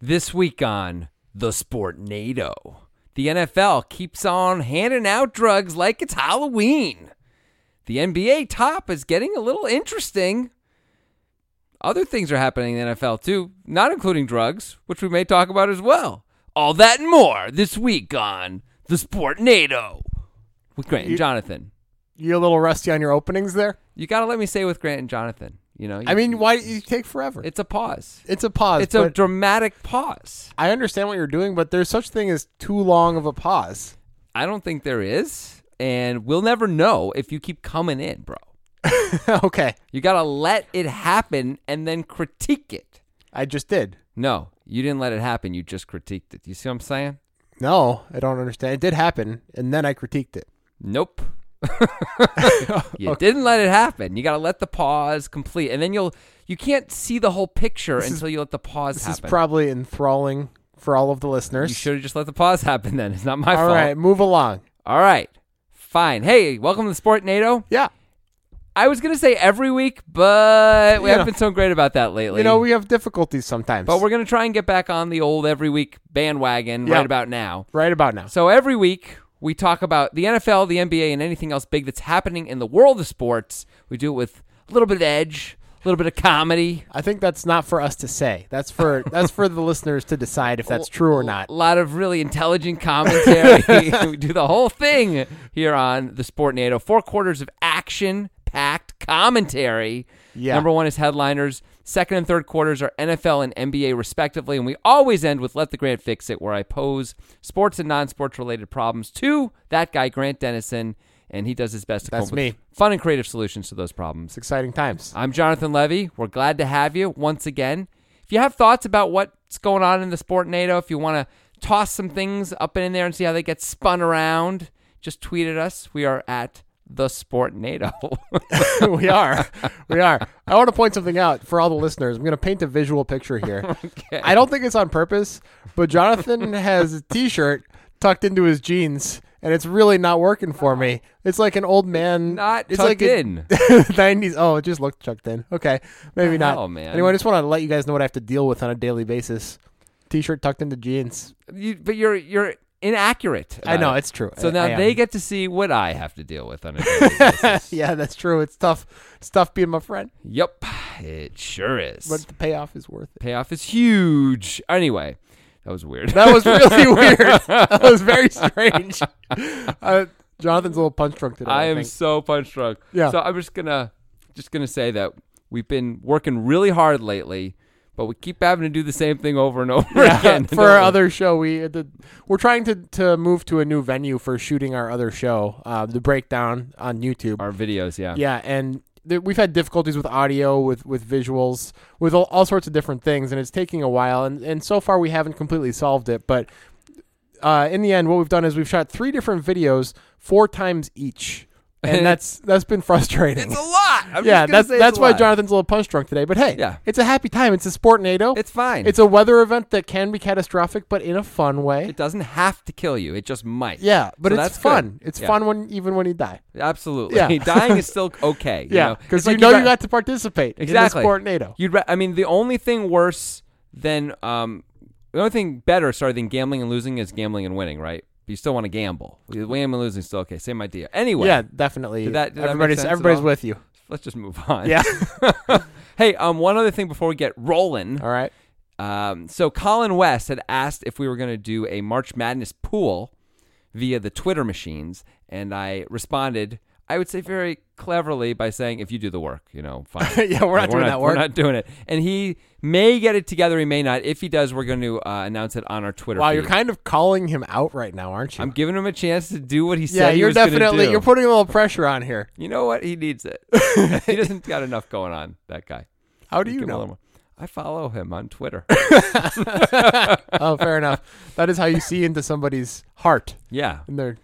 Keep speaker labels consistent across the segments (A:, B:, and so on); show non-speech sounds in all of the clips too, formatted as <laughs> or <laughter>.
A: This week on The Sport NATO, the NFL keeps on handing out drugs like it's Halloween. The NBA top is getting a little interesting. Other things are happening in the NFL too, not including drugs, which we may talk about as well. All that and more this week on The Sport NATO with Grant and
B: You-
A: Jonathan.
B: You a little rusty on your openings there?
A: You got to let me say with Grant and Jonathan. You know,
B: I mean, why do you take forever?
A: it's a pause.
B: It's a pause.
A: It's a
B: but
A: dramatic pause.
B: I understand what you're doing, but there's such thing as too long of a pause. <laughs>
A: I don't think there is, and we'll never know if you keep coming in, bro.
B: okay,
A: You gotta let it happen and then critique it.
B: I just did.
A: No, you didn't let it happen. You just critiqued it. You see what I'm saying?
B: No, I don't understand. It did happen, and then I critiqued it. <laughs>
A: Nope. you didn't let it happen. You gotta let the pause complete, and then you'll you can't see the whole picture until you let the pause
B: This
A: happen.
B: is probably enthralling for all of the
A: you
B: listeners.
A: should have just let the pause happen. Then it's not my
B: All
A: fault.
B: right, move along.
A: All right. Fine. Hey, welcome to Sport NATO.
B: Yeah,
A: I was gonna say every week, but we
B: <laughs> You
A: haven't
B: know-
A: been so great about that lately.
B: you know we have difficulties sometimes,
A: But we're going to try and get back on the old every week bandwagon
B: Yeah.
A: right about now.
B: right about now.
A: So every week we talk about the NFL, the NBA, and anything else big that's happening in the world of sports. We do it with a little bit of edge, a little bit of comedy,
B: I think that's not for us to say. That's for that's for the listeners to decide
A: <laughs>
B: if that's true or not.
A: a lot of really intelligent commentary.
B: <laughs>
A: <laughs> we do the whole thing here on the Sport NATO. Four quarters of action packed commentary.
B: Yeah.
A: Number one is headliners. Second and third quarters are NFL and NBA, respectively. And we always end with Let the Grant Fix It, where I pose sports and non sports related problems to that guy, Grant Dennison. And he does his best to come
B: That's
A: up with
B: me.
A: fun and creative solutions to those problems.
B: It's exciting times.
A: I'm Jonathan Levy. We're glad to have you once again. If you have thoughts about what's going on in the sport NATO, if you want to toss some things up in there and see how they get spun around, just tweet at us. We are at the sport NATO. <laughs>
B: <laughs> we are. We are. I want to point something out for all the listeners. I'm going to paint a visual
A: <laughs>
B: picture here. I don't think it's on purpose, but Jonathan <laughs> has a t shirt tucked into his jeans, and it's really not working for me. It's like an old man. <laughs>
A: Not
B: it's
A: tucked
B: like a-
A: in.
B: 90s. Oh, it just looked tucked in. Okay. Maybe not.
A: hell, Oh, man?
B: Anyway, I just want to let you guys know what I have to deal with on a daily basis. T shirt tucked into jeans.
A: you, but you're you're inaccurate.
B: I
A: about
B: know,
A: it.
B: it's true.
A: So
B: I-
A: now
B: I am.
A: they get to see what I have to deal with on a
B: <laughs>
A: daily basis.
B: Yeah, that's true. It's tough. It's tough being my friend,
A: Yep, it sure is.
B: but the payoff is worth it.
A: Payoff is huge. Anyway, that was weird.
B: That was
A: <laughs>
B: really weird. That was very strange. Uh, Jonathan's a little punch drunk today.
A: I
B: I,
A: am <laughs>
B: think.
A: so punch drunk.
B: Yeah.
A: So I'm just gonna just gonna say that we've been working really hard lately, but we keep having to do the same thing over and <laughs> over again
B: for our other show. We uh, the, we're trying to, to move to a new venue for shooting our other show, uh, the breakdown on YouTube.
A: our videos. Oh, Yeah.
B: Yeah, and th- we've had difficulties with audio, with with visuals, with all, all sorts of different things, and it's taking a while. And and so far we haven't completely solved it, but. Uh, in the end, what we've done is we've shot three different videos, four times each,
A: <laughs>
B: and that's that's been frustrating.
A: It's a lot. I'm
B: yeah,
A: just gonna
B: that's
A: say it's
B: that's
A: a
B: why
A: lot.
B: Jonathan's a little punch drunk today. But hey,
A: Yeah.
B: it's a happy time. It's a sport NATO.
A: It's fine.
B: It's a weather event that can be catastrophic, but in a fun way.
A: it doesn't have to kill you. It just might.
B: yeah, but
A: So
B: it's
A: that's good.
B: fun. It's
A: Yeah.
B: fun when even when you die.
A: Absolutely.
B: Yeah.
A: <laughs> Dying
B: <laughs>
A: is still okay. you
B: Yeah,
A: know?
B: because
A: It's
B: you
A: like
B: know
A: you'd
B: you
A: ra-
B: got to participate
A: exactly
B: in the sport NATO.
A: You'd. Ra- I mean, the only thing worse than um, the only thing better, sorry, than gambling and losing is gambling and winning, right? But you still want to gamble. Gambling and losing is still okay. Same idea. Anyway.
B: Yeah, definitely.
A: Did that- did that make
B: everybody's
A: sense at
B: everybody's
A: all?
B: with you.
A: Let's just move on.
B: Yeah.
A: <laughs> hey, um, one other thing before we get rolling.
B: All right.
A: Um, so Colin West had asked if we were going to do a March Madness pool via the Twitter machines, and I responded, I would say very cleverly by saying, "If you do the work, you know, fine."
B: <laughs> Yeah, we're
A: we're
B: not doing
A: not,
B: that
A: We're
B: work.
A: not doing it. And he may get it together. He may not. If he does, we're going to uh, announce it on our Twitter.
B: Wow, you're
A: feed.
B: kind of calling him out right now, aren't you?
A: I'm giving him a chance to do what he
B: yeah,
A: said. he
B: you're
A: was gonna
B: definitely
A: do.
B: you're putting a little pressure on here.
A: you know what? He needs
B: <laughs>
A: it. he doesn't got enough going on. That guy.
B: How do you
A: Give him a
B: know?
A: little more. I follow him on
B: <laughs>
A: Twitter.
B: oh,
A: <laughs>
B: fair enough. That is how you see into somebody's heart
A: yeah,
B: and their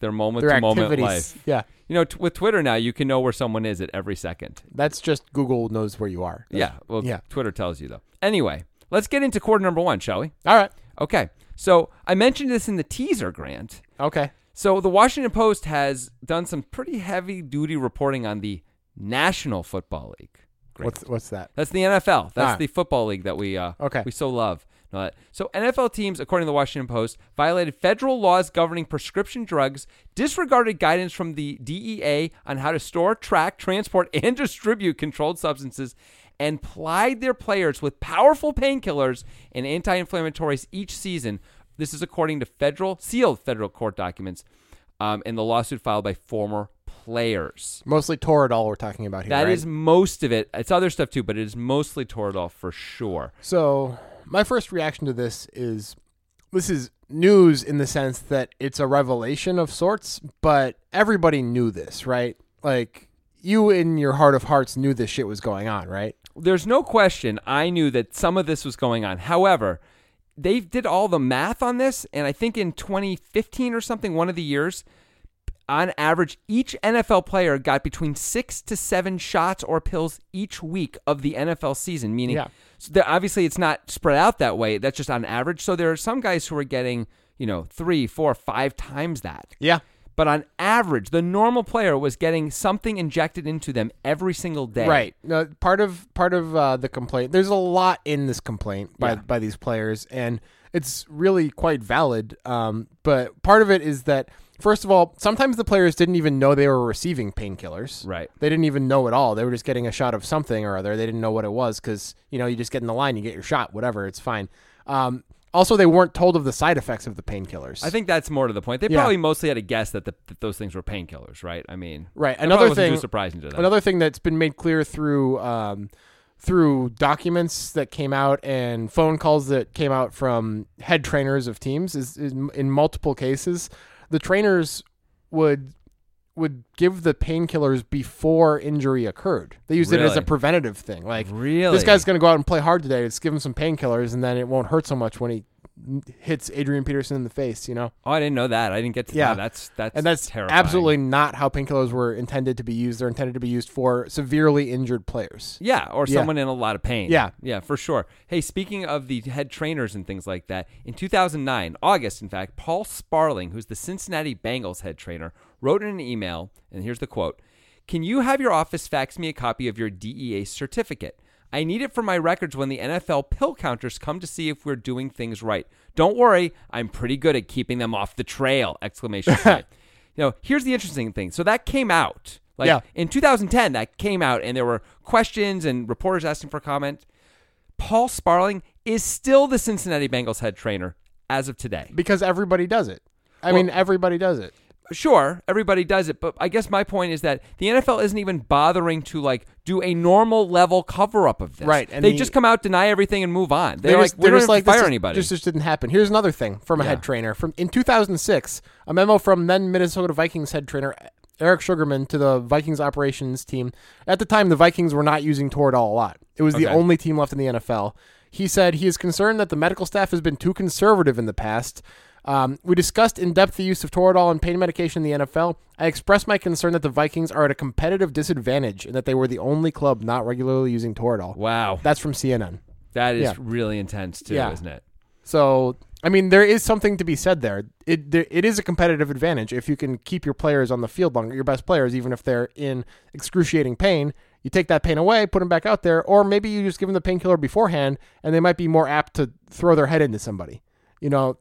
A: their moment
B: their
A: to moment
B: activities.
A: life.
B: Yeah.
A: You know, t- with Twitter now, you can know where someone is at every second.
B: That's just Google knows where you are.
A: yeah, well,
B: yeah.
A: Twitter tells you though. Anyway, let's get into quarter number one, shall we?
B: All right.
A: Okay. So I mentioned this in the teaser, Grant.
B: Okay.
A: So the Washington Post has done some pretty heavy duty reporting on the National Football League. Great.
B: What's what's that?
A: That's the NFL. That's
B: Ah.
A: the football league that we uh,
B: Okay.
A: we so love. and all that. So, NFL teams, according to the Washington Post, violated federal laws governing prescription drugs, disregarded guidance from the DEA on how to store, track, transport, <laughs> and distribute controlled substances, and plied their players with powerful painkillers and anti inflammatories each season. This is according to federal sealed federal court documents um, and the lawsuit filed by former players.
B: Mostly Toradol we're talking about here.
A: That is
B: right?
A: most of it. It's other stuff too, but it is mostly Toradol for sure.
B: So, my first reaction to this is this is news in the sense that it's a revelation of sorts, but everybody knew this, right? Like, you in your heart of hearts knew this shit was going on, right?
A: There's no question I knew that some of this was going on. However, they did all the math on this, and I think in 2015 or something, one of the years, on average, each NFL player got between six to seven shots or pills each week of the NFL season. Meaning,
B: Yeah.
A: so there- obviously, it's not spread out that way. That's just on average. So there are some guys who are getting, you know, three, four, five times that.
B: Yeah.
A: But on average, the normal player was getting something injected into them every single day.
B: Right. No, part of part of uh, the complaint. There's a lot in this complaint
A: Yeah.
B: by by these players, and it's really quite valid. Um, but part of it is that first of all, sometimes the players didn't even know they were receiving painkillers.
A: Right.
B: They didn't even know at all. They were just getting a shot of something or other. They didn't know what it was because you know you just get in the line, you get your shot, whatever. It's fine. Um, also, they weren't told of the side effects of the painkillers.
A: I think that's more to the point. They
B: Yeah.
A: probably mostly had a guess that, the, that those things were painkillers, right? I mean,
B: Right.
A: that
B: Another
A: probably wasn't
B: thing-
A: too surprising to them.
B: Another thing that's been made clear through um, through documents that came out and phone calls that came out from head trainers of teams is, is m- in multiple cases the trainers would would give the painkillers before injury occurred. They used it as a
A: Really?
B: preventative thing. Like
A: really,
B: this guy's going to go out and play hard today. Let's give him some painkillers and then it won't hurt so much when he n- hits Adrian Peterson in the face, you know.
A: Oh, I didn't know that. I didn't get to.
B: Yeah.
A: Yeah, that's that's
B: and that's
A: terrifying.
B: absolutely not how painkillers were intended to be used. They're intended to be used for severely injured players.
A: Yeah, or
B: Yeah.
A: someone in a lot of pain.
B: Yeah.
A: yeah, for sure. Hey, speaking of the head trainers and things like that, in 2009, August, in fact, Paul Sparling, who's the Cincinnati Bengals head trainer, wrote in an email, and here's the quote: "Can you have your office fax me a copy of your DEA certificate?" I need it for my records when the NFL pill counters come to see if we're doing things right. Don't worry, I'm pretty good at keeping them off the trail! Exclamation
B: <laughs>
A: point. you know, here's the interesting thing. So that came out. Like
B: Yeah.
A: in 2010, that came out, and there were questions and reporters asking for comment. Paul Sparling is still the Cincinnati Bengals head trainer as of today.
B: because everybody does it. I
A: Well-
B: mean, everybody does it.
A: Sure, everybody does it, but I guess my point is that the NFL isn't even bothering to like do a normal level cover up of this.
B: Right, and
A: they
B: the-
A: just come out, deny everything, and move on. They're,
B: They
A: like,
B: just-
A: we
B: they're
A: don't
B: just
A: even
B: this
A: fire
B: is-
A: anybody.
B: This just didn't happen. Here's another thing from a
A: Yeah.
B: head trainer from in 2006. A memo from then Minnesota Vikings head trainer Eric Sugarman to the Vikings operations team. At the time, the Vikings were not using Toradol a lot. It was the
A: Okay.
B: only team left in the NFL. He said he is concerned that the medical staff has been too conservative in the past. Um, we discussed in depth the use of Toradol and pain medication in the NFL. I expressed my concern that the Vikings are at a competitive disadvantage and that they were the only club not regularly using Toradol.
A: wow,
B: That's from CNN.
A: that is
B: Yeah.
A: really intense too,
B: Yeah.
A: isn't it?
B: So I mean, there is something to be said there. It there, it is a competitive advantage if you can keep your players on the field longer, your best players, even if they're in excruciating pain. You take that pain away, put them back out there, or maybe you just give them the painkiller beforehand, and they might be more apt to throw their head into somebody. You know,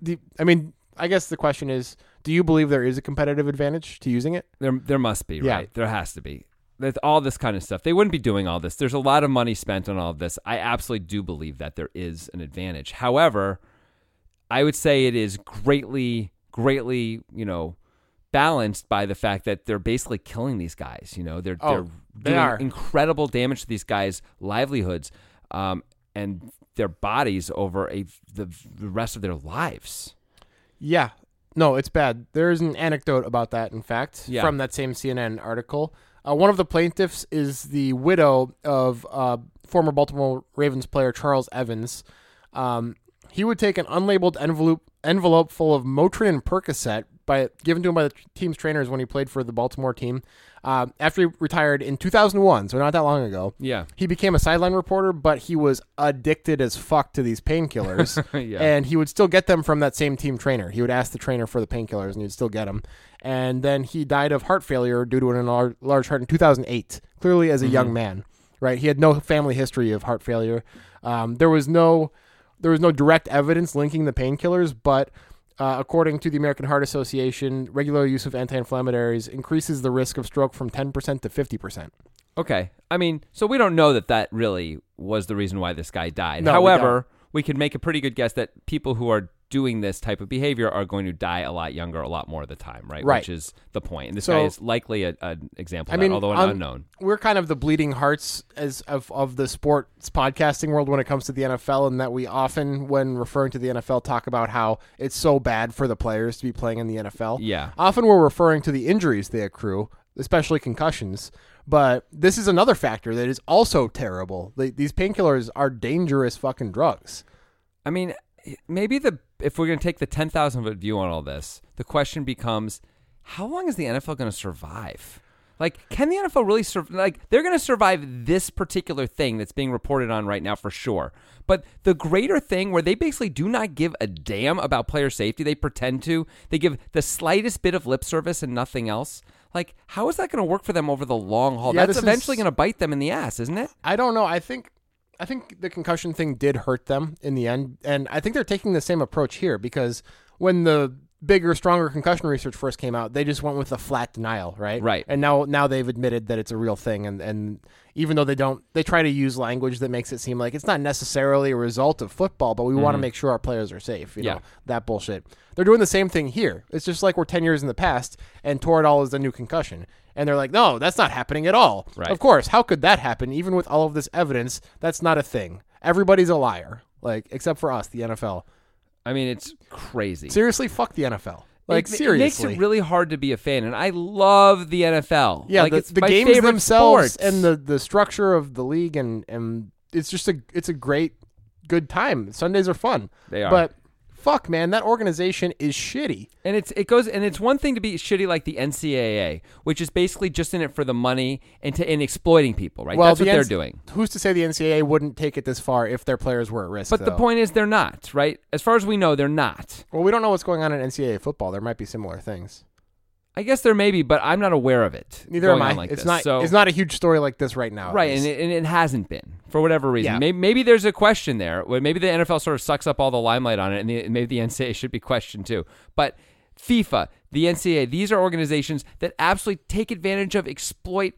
B: the I mean, I guess the question is, do you believe there is a competitive advantage to using it?
A: There, there must be,
B: Yeah.
A: right? There has to be. That's all this kind of stuff. They wouldn't be doing all this. There's a lot of money spent on all of this. I absolutely do believe that there is an advantage. However, I would say it is greatly, greatly, you know, balanced by the fact that they're basically killing these guys. You know, they're
B: Oh,
A: they're
B: they
A: doing
B: are.
A: incredible damage to these guys' livelihoods um, and their bodies over a the, the rest of their lives.
B: Yeah. No, it's bad. There's an anecdote about that, in fact,
A: Yeah.
B: from that same CNN article. Uh, one of the plaintiffs is the widow of uh, former Baltimore Ravens player Charles Evans. Um, he would take an unlabeled envelope envelope full of Motrin and Percocet by given to him by the team's trainers when he played for the Baltimore team. Uh, after he retired in 2001, so not that long ago, <laughs>
A: Yeah.
B: he became a sideline reporter, but he was addicted as fuck to these painkillers.
A: Yeah.
B: And he would still get them from that same team trainer. He would ask the trainer for the painkillers and he'd still get them. And then he died of heart failure due to an enlar- large heart in 2008, clearly as a young man, right? He had no family history of heart failure. Um, there was no there was no direct evidence linking the painkillers, but uh, according to the American Heart Association, regular use of anti-inflammatories increases the risk of stroke from 10% to 50%.
A: Okay. I mean, so we don't know that that really was the reason why this guy died.
B: No, we
A: However, we, can make a pretty good guess that people who are doing this type of behavior are going to die a lot younger, a lot more of the time, right?
B: Right.
A: Which is the point. And this
B: So-
A: guy is likely a, an example,
B: I
A: of that,
B: mean,
A: although an
B: um,
A: unknown.
B: We're kind of the bleeding hearts as of, of the sports podcasting world when it comes to the NFL, and that we often, when referring to the NFL, talk about how it's so bad for the players to be playing in the NFL.
A: Yeah.
B: Often we're referring to the injuries they accrue, especially concussions. But this is another factor that is also terrible. The, these painkillers are dangerous fucking drugs.
A: I mean, maybe the if we're going to take the 10,000 foot view on all this, the question becomes how long is the NFL going to survive? Like, can the NFL really survive? Like, they're going to survive this particular thing that's being reported on right now for sure. But the greater thing where they basically do not give a damn about player safety, they pretend to, they give the slightest bit of lip service and nothing else. Like, how is that going to work for them over the long haul?
B: Yeah,
A: that's
B: this
A: eventually
B: is-
A: going to bite them in the ass, isn't it?
B: I don't know. I think I think the concussion thing did hurt them in the end, and I think they're taking the same approach here because when the bigger, stronger concussion research first came out, they just went with a flat denial, right?
A: Right.
B: And now now they've admitted that it's a real thing, and and even though they don't, they try to use language that makes it seem like it's not necessarily a result of football, but we want to make sure our players are safe. You
A: Mm-hmm. Yeah.
B: know that bullshit. They're doing the same thing here. It's just like we're ten years in the past, and Toradol is the new concussion. And they're like, no, that's not happening at all.
A: Right.
B: Of course, how could that happen? Even with all of this evidence, that's not a thing. Everybody's a liar, like except for us, the NFL.
A: I mean, it's crazy.
B: Seriously, fuck the NFL. Like
A: it, it makes
B: seriously,
A: it really hard to be a fan, and I love the NFL.
B: yeah.
A: like,
B: the,
A: it's
B: the
A: my
B: games
A: favorite
B: themselves
A: sports.
B: and the the structure of the league, and and it's just a it's a great good time. Sundays are fun.
A: They are.
B: But fuck, man, that organization is shitty.
A: and it's it goes and it's one thing to be shitty like the NCAA, which is basically just in it for the money and to and exploiting people, right? That's what
B: the
A: they're
B: NC
A: doing.
B: Who's to say the NCAA wouldn't take it this far if their players were at risk?
A: But the
B: though?
A: point is, they're not right. As far as we know, they're not.
B: Well, we don't know what's going on in NCAA football. There might be similar things.
A: I guess there may be, but I'm not aware of it.
B: Neither
A: going
B: am I.
A: on Like
B: it's
A: this.
B: not.
A: So,
B: It's not a huge story like this right now. at
A: right,
B: least.
A: and it, and it hasn't been for whatever reason.
B: Yeah.
A: Maybe, maybe there's a question there. Well, Maybe the NFL sort of sucks up all the limelight on it, and the, maybe the NCAA should be questioned too. But FIFA, the NCAA, these are organizations that absolutely take advantage of, exploit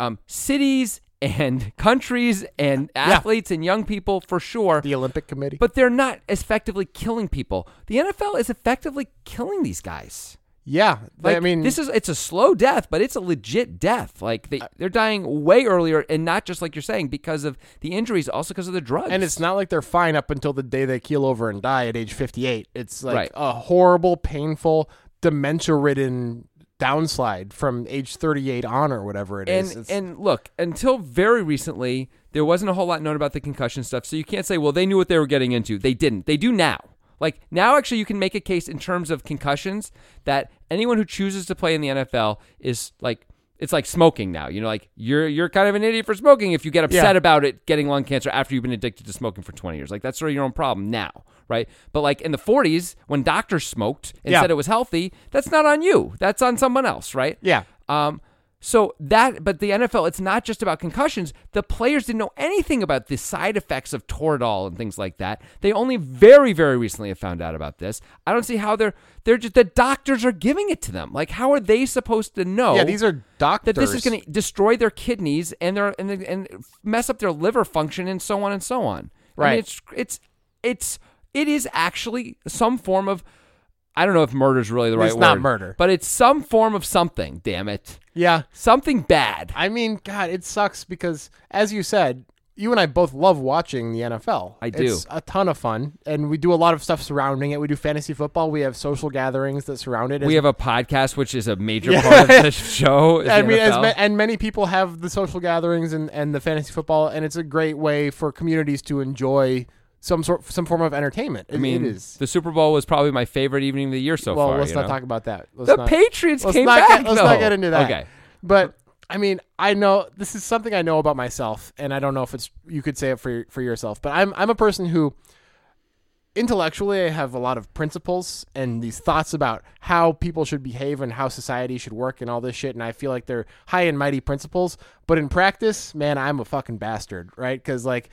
A: um, cities and <laughs> countries and athletes and young people for sure.
B: the Olympic Committee.
A: but they're not effectively killing people. The NFL is effectively killing these guys.
B: yeah,
A: Like,
B: I mean,
A: this is it's a slow death, but it's a legit death. Like they, they're dying way earlier, and not just like you're saying because of the injuries, also because of the drugs.
B: and it's not like they're fine up until the day they keel over and die at age fifty-eight. It's like
A: Right.
B: a horrible, painful, dementia-ridden downslide from age thirty-eight on, or whatever it
A: and
B: is. It's-
A: and look, until very recently, there wasn't a whole lot known about the concussion stuff, so you can't say, well, they knew what they were getting into. They didn't. They do now. Like now, actually, you can make a case in terms of concussions that anyone who chooses to play in the NFL is like. It's like smoking now. You know, like you're you're kind of an idiot for smoking if you get upset
B: Yeah.
A: about it getting lung cancer after you've been addicted to smoking for 20 years. Like that's sort of your own problem now, right? But like in the 40s when doctors smoked and
B: Yeah.
A: said it was healthy, that's not on you. That's on someone else, right?
B: yeah,
A: Um, so that, but the NFL, it's not just about concussions. The players didn't know anything about the side effects of Toradol and things like that. They only very, very recently have found out about this. I don't see how they're they're just the doctors are giving it to them. Like, how are they supposed to know?
B: yeah. These are doctors.
A: Oh. that this is going to destroy their kidneys and their and, and mess up their liver function and so on and so on. I mean,
B: Right.
A: it's it's it's it is actually some form of I don't know if murder is really the right
B: It's
A: word.
B: not murder.
A: but it's some form of something. Damn it
B: Yeah,
A: something bad.
B: I mean, God, it sucks because, as you said, you and I both love watching the NFL.
A: I do.
B: It's a ton of fun, and we do a lot of stuff surrounding it. We do fantasy football. We have social gatherings that surround it.
A: We have
B: As-
A: a podcast, which is a major part of
B: <laughs>
A: the show. is
B: I
A: the
B: mean, as
A: NFL.
B: ma- and many people have the social gatherings and, and the fantasy football, and it's a great way for communities to enjoy some sort, some form of entertainment.
A: I mean,
B: it is.
A: the Super Bowl was probably my favorite evening of the year so
B: well,
A: far.
B: let's
A: you
B: not
A: know?
B: talk about that. Let's
A: The
B: not-
A: Patriots
B: let's
A: came
B: not
A: back.
B: Get, let's not
A: though.
B: get into that.
A: Okay.
B: But I mean, I know this is something I know about myself, and I don't know if it's you could say it for for yourself. But I'm I'm a person who intellectually I have a lot of principles and these thoughts about how people should behave and how society should work and all this shit. And I feel like they're high and mighty principles, but in practice, man, I'm a fucking bastard, right? Because like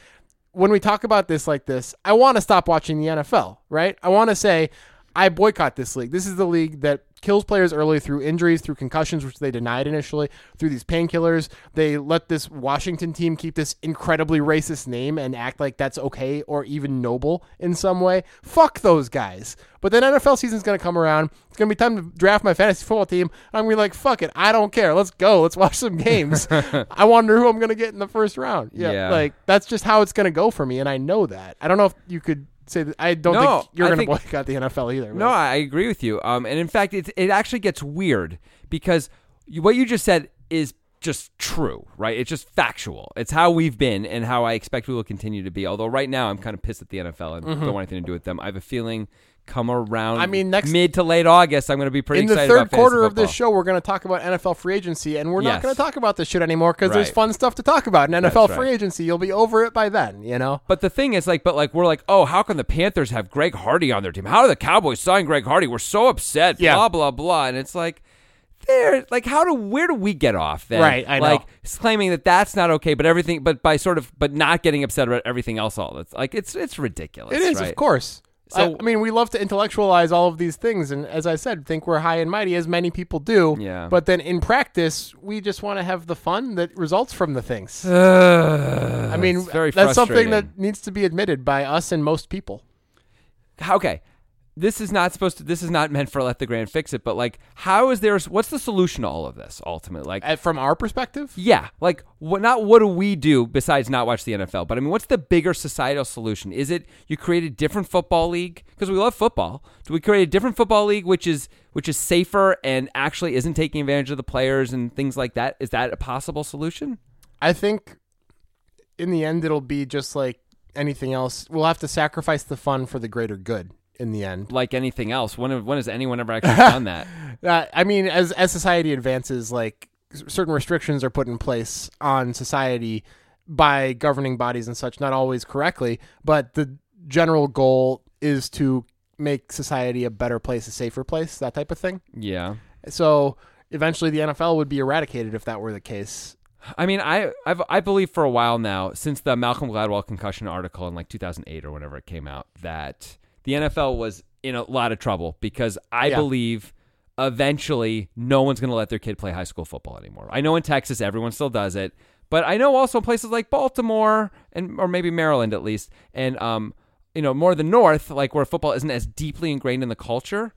B: when we talk about this like this, I want to stop watching the NFL, right? I want to say, I boycott this league. This is the league that kills players early through injuries, through concussions, which they denied initially, through these painkillers. They let this Washington team keep this incredibly racist name and act like that's okay or even noble in some way. Fuck those guys. But then NFL season's going to come around. It's going to be time to draft my fantasy football team. I'm going to be like, fuck it. I don't care. Let's go. Let's watch
A: <laughs>
B: some games. I wonder who I'm going to get in the first round. Yeah,
A: Yeah.
B: Like, that's just how it's going to go for me. And I know that. I don't know if you could. Say that I don't
A: No,
B: think you're
A: I
B: going to
A: think-
B: boycott the NFL either.
A: No,
B: but-
A: I agree with you. Um, and in fact, it it actually gets weird because you, what you just said is just true, right? It's just factual. It's how we've been and how I expect we will continue to be. Although right now I'm kind of pissed at the NFL. I don't want anything to do with them. I have a feeling come around.
B: Mm-hmm. I mean, next-
A: mid to late August, I'm going to be pretty
B: in the
A: excited
B: third
A: about fantasy
B: quarter of this
A: football.
B: show, we're going to talk about NFL free agency, and we're not
A: Yes.
B: going to talk about this shit anymore because there's
A: Right.
B: fun stuff to talk about in NFL
A: That's
B: free
A: right.
B: agency. You'll be over it by then, you know.
A: But the thing is, like, but like, we're like, oh, how can the Panthers have Greg Hardy on their team? How do the Cowboys sign Greg Hardy? We're so upset.
B: Yeah.
A: Blah blah blah. And it's like, there, like, how do where do we get off then?
B: Right, I know.
A: like s- claiming that that's not okay, but everything, but by sort of, but not getting upset about everything else. All that's like, it's it's ridiculous.
B: It is,
A: right?
B: of course.
A: So-
B: I, I mean, we love to intellectualize all of these things, and as I said, think we're high and mighty, as many people do.
A: Yeah.
B: But then in practice, we just want to have the fun that results from
A: <sighs>
B: the things. I mean,
A: It's very
B: that's something
A: frustrating.
B: that needs to be admitted by us and most people.
A: okay this is not supposed to this is not meant for let the grand fix it but like how is there what's the solution to all of this ultimately like
B: Uh, from our perspective,
A: yeah like what not what do we do besides not watch the nfl but i mean what's the bigger societal solution is it you create a different football league because we love football do we create a different football league which is which is safer and actually isn't taking advantage of the players and things like that is that a possible solution
B: I think in the end it'll be just like anything else. We'll have to sacrifice the fun for the greater good in the end.
A: like anything else when, have- when has anyone ever actually done that
B: Uh, I mean, as as society advances, like s- certain restrictions are put in place on society by governing bodies and such, not always correctly, but the general goal is to make society a better place, a safer place, that type of thing.
A: yeah
B: So eventually the NFL would be eradicated if that were the case.
A: I mean, I I've, I believe for a while now, since the Malcolm Gladwell concussion article in like 2008 or whenever it came out, that the NFL was in a lot of trouble because I
B: Yeah.
A: believe eventually no one's going to let their kid play high school football anymore. I know in Texas everyone still does it, but I know also places like Baltimore and or maybe Maryland at least, and um, you know, more the north, like where football isn't as deeply ingrained in the culture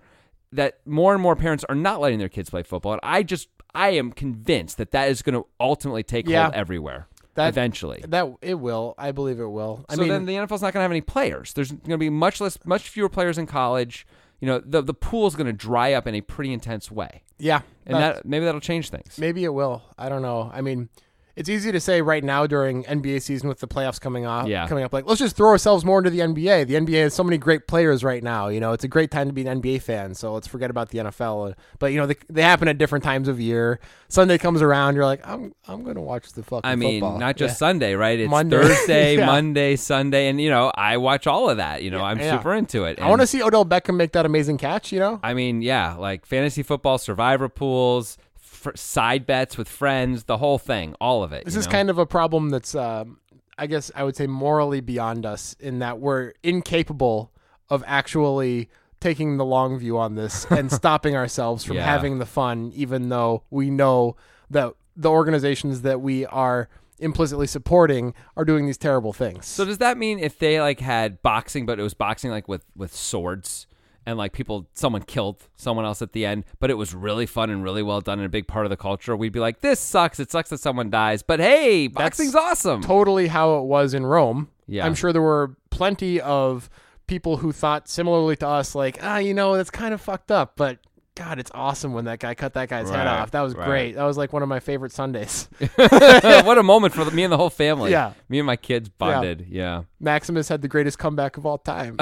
A: that more and more parents are not letting their kids play football. And I just, I am convinced that that is going to ultimately take
B: Yeah.
A: hold everywhere
B: That-
A: eventually.
B: That it will. I believe it will. I
A: so
B: mean,
A: then the NFL's not going to have any players. There's going to be much less, much fewer players in college. You know, the the pool is going to dry up in a pretty intense way,
B: yeah.
A: and that maybe that'll change things.
B: Maybe it will. I don't know. I mean, it's easy to say right now during NBA season with the playoffs coming up,
A: Yeah.
B: coming up. Like, let's just throw ourselves more into the NBA. The NBA has so many great players right now. You know, it's a great time to be an NBA fan. So let's forget about the NFL. But you know, they, they happen at different times of year. Sunday comes around, you're like, I'm I'm gonna watch the fucking.
A: I mean,
B: football.
A: not
B: Yeah.
A: just Sunday, right? It's
B: Monday. <laughs>
A: Thursday,
B: Yeah.
A: Monday, Sunday, and you know, I watch all of that. You know, I'm
B: yeah.
A: super into it.
B: I want
A: And-
B: to see Odell Beckham make that amazing catch. You know,
A: I mean, yeah, like fantasy football, survivor pools, fr side bets with friends, the whole thing, all of it.
B: This is kind of a problem that's, um, I guess, I would say morally beyond us in that we're incapable of actually taking the long view
A: <laughs>
B: on this and stopping ourselves from
A: Yeah.
B: having the fun, even though we know that the organizations that we are implicitly supporting are doing these terrible things.
A: So does that mean if they like had boxing, but it was boxing like with with swords? And like people, someone killed someone else at the end, but it was really fun and really well done and a big part of the culture. We'd be like, "This sucks. It sucks that someone dies, but hey, boxing's awesome."
B: totally how it was in Rome.
A: Yeah. <laughs>
B: I'm sure there were plenty of people who thought similarly to us, like, ah, you know, that's kind of fucked up, but God, it's awesome when that guy cut that guy's head
A: Right,
B: off. That was
A: right.
B: great. That was like one of my
A: <laughs>
B: favorite Sundays.
A: what a moment for me and the whole family.
B: Yeah.
A: me and my kids bonded. Yeah,
B: Maximus had the greatest comeback of
A: <laughs>
B: all time.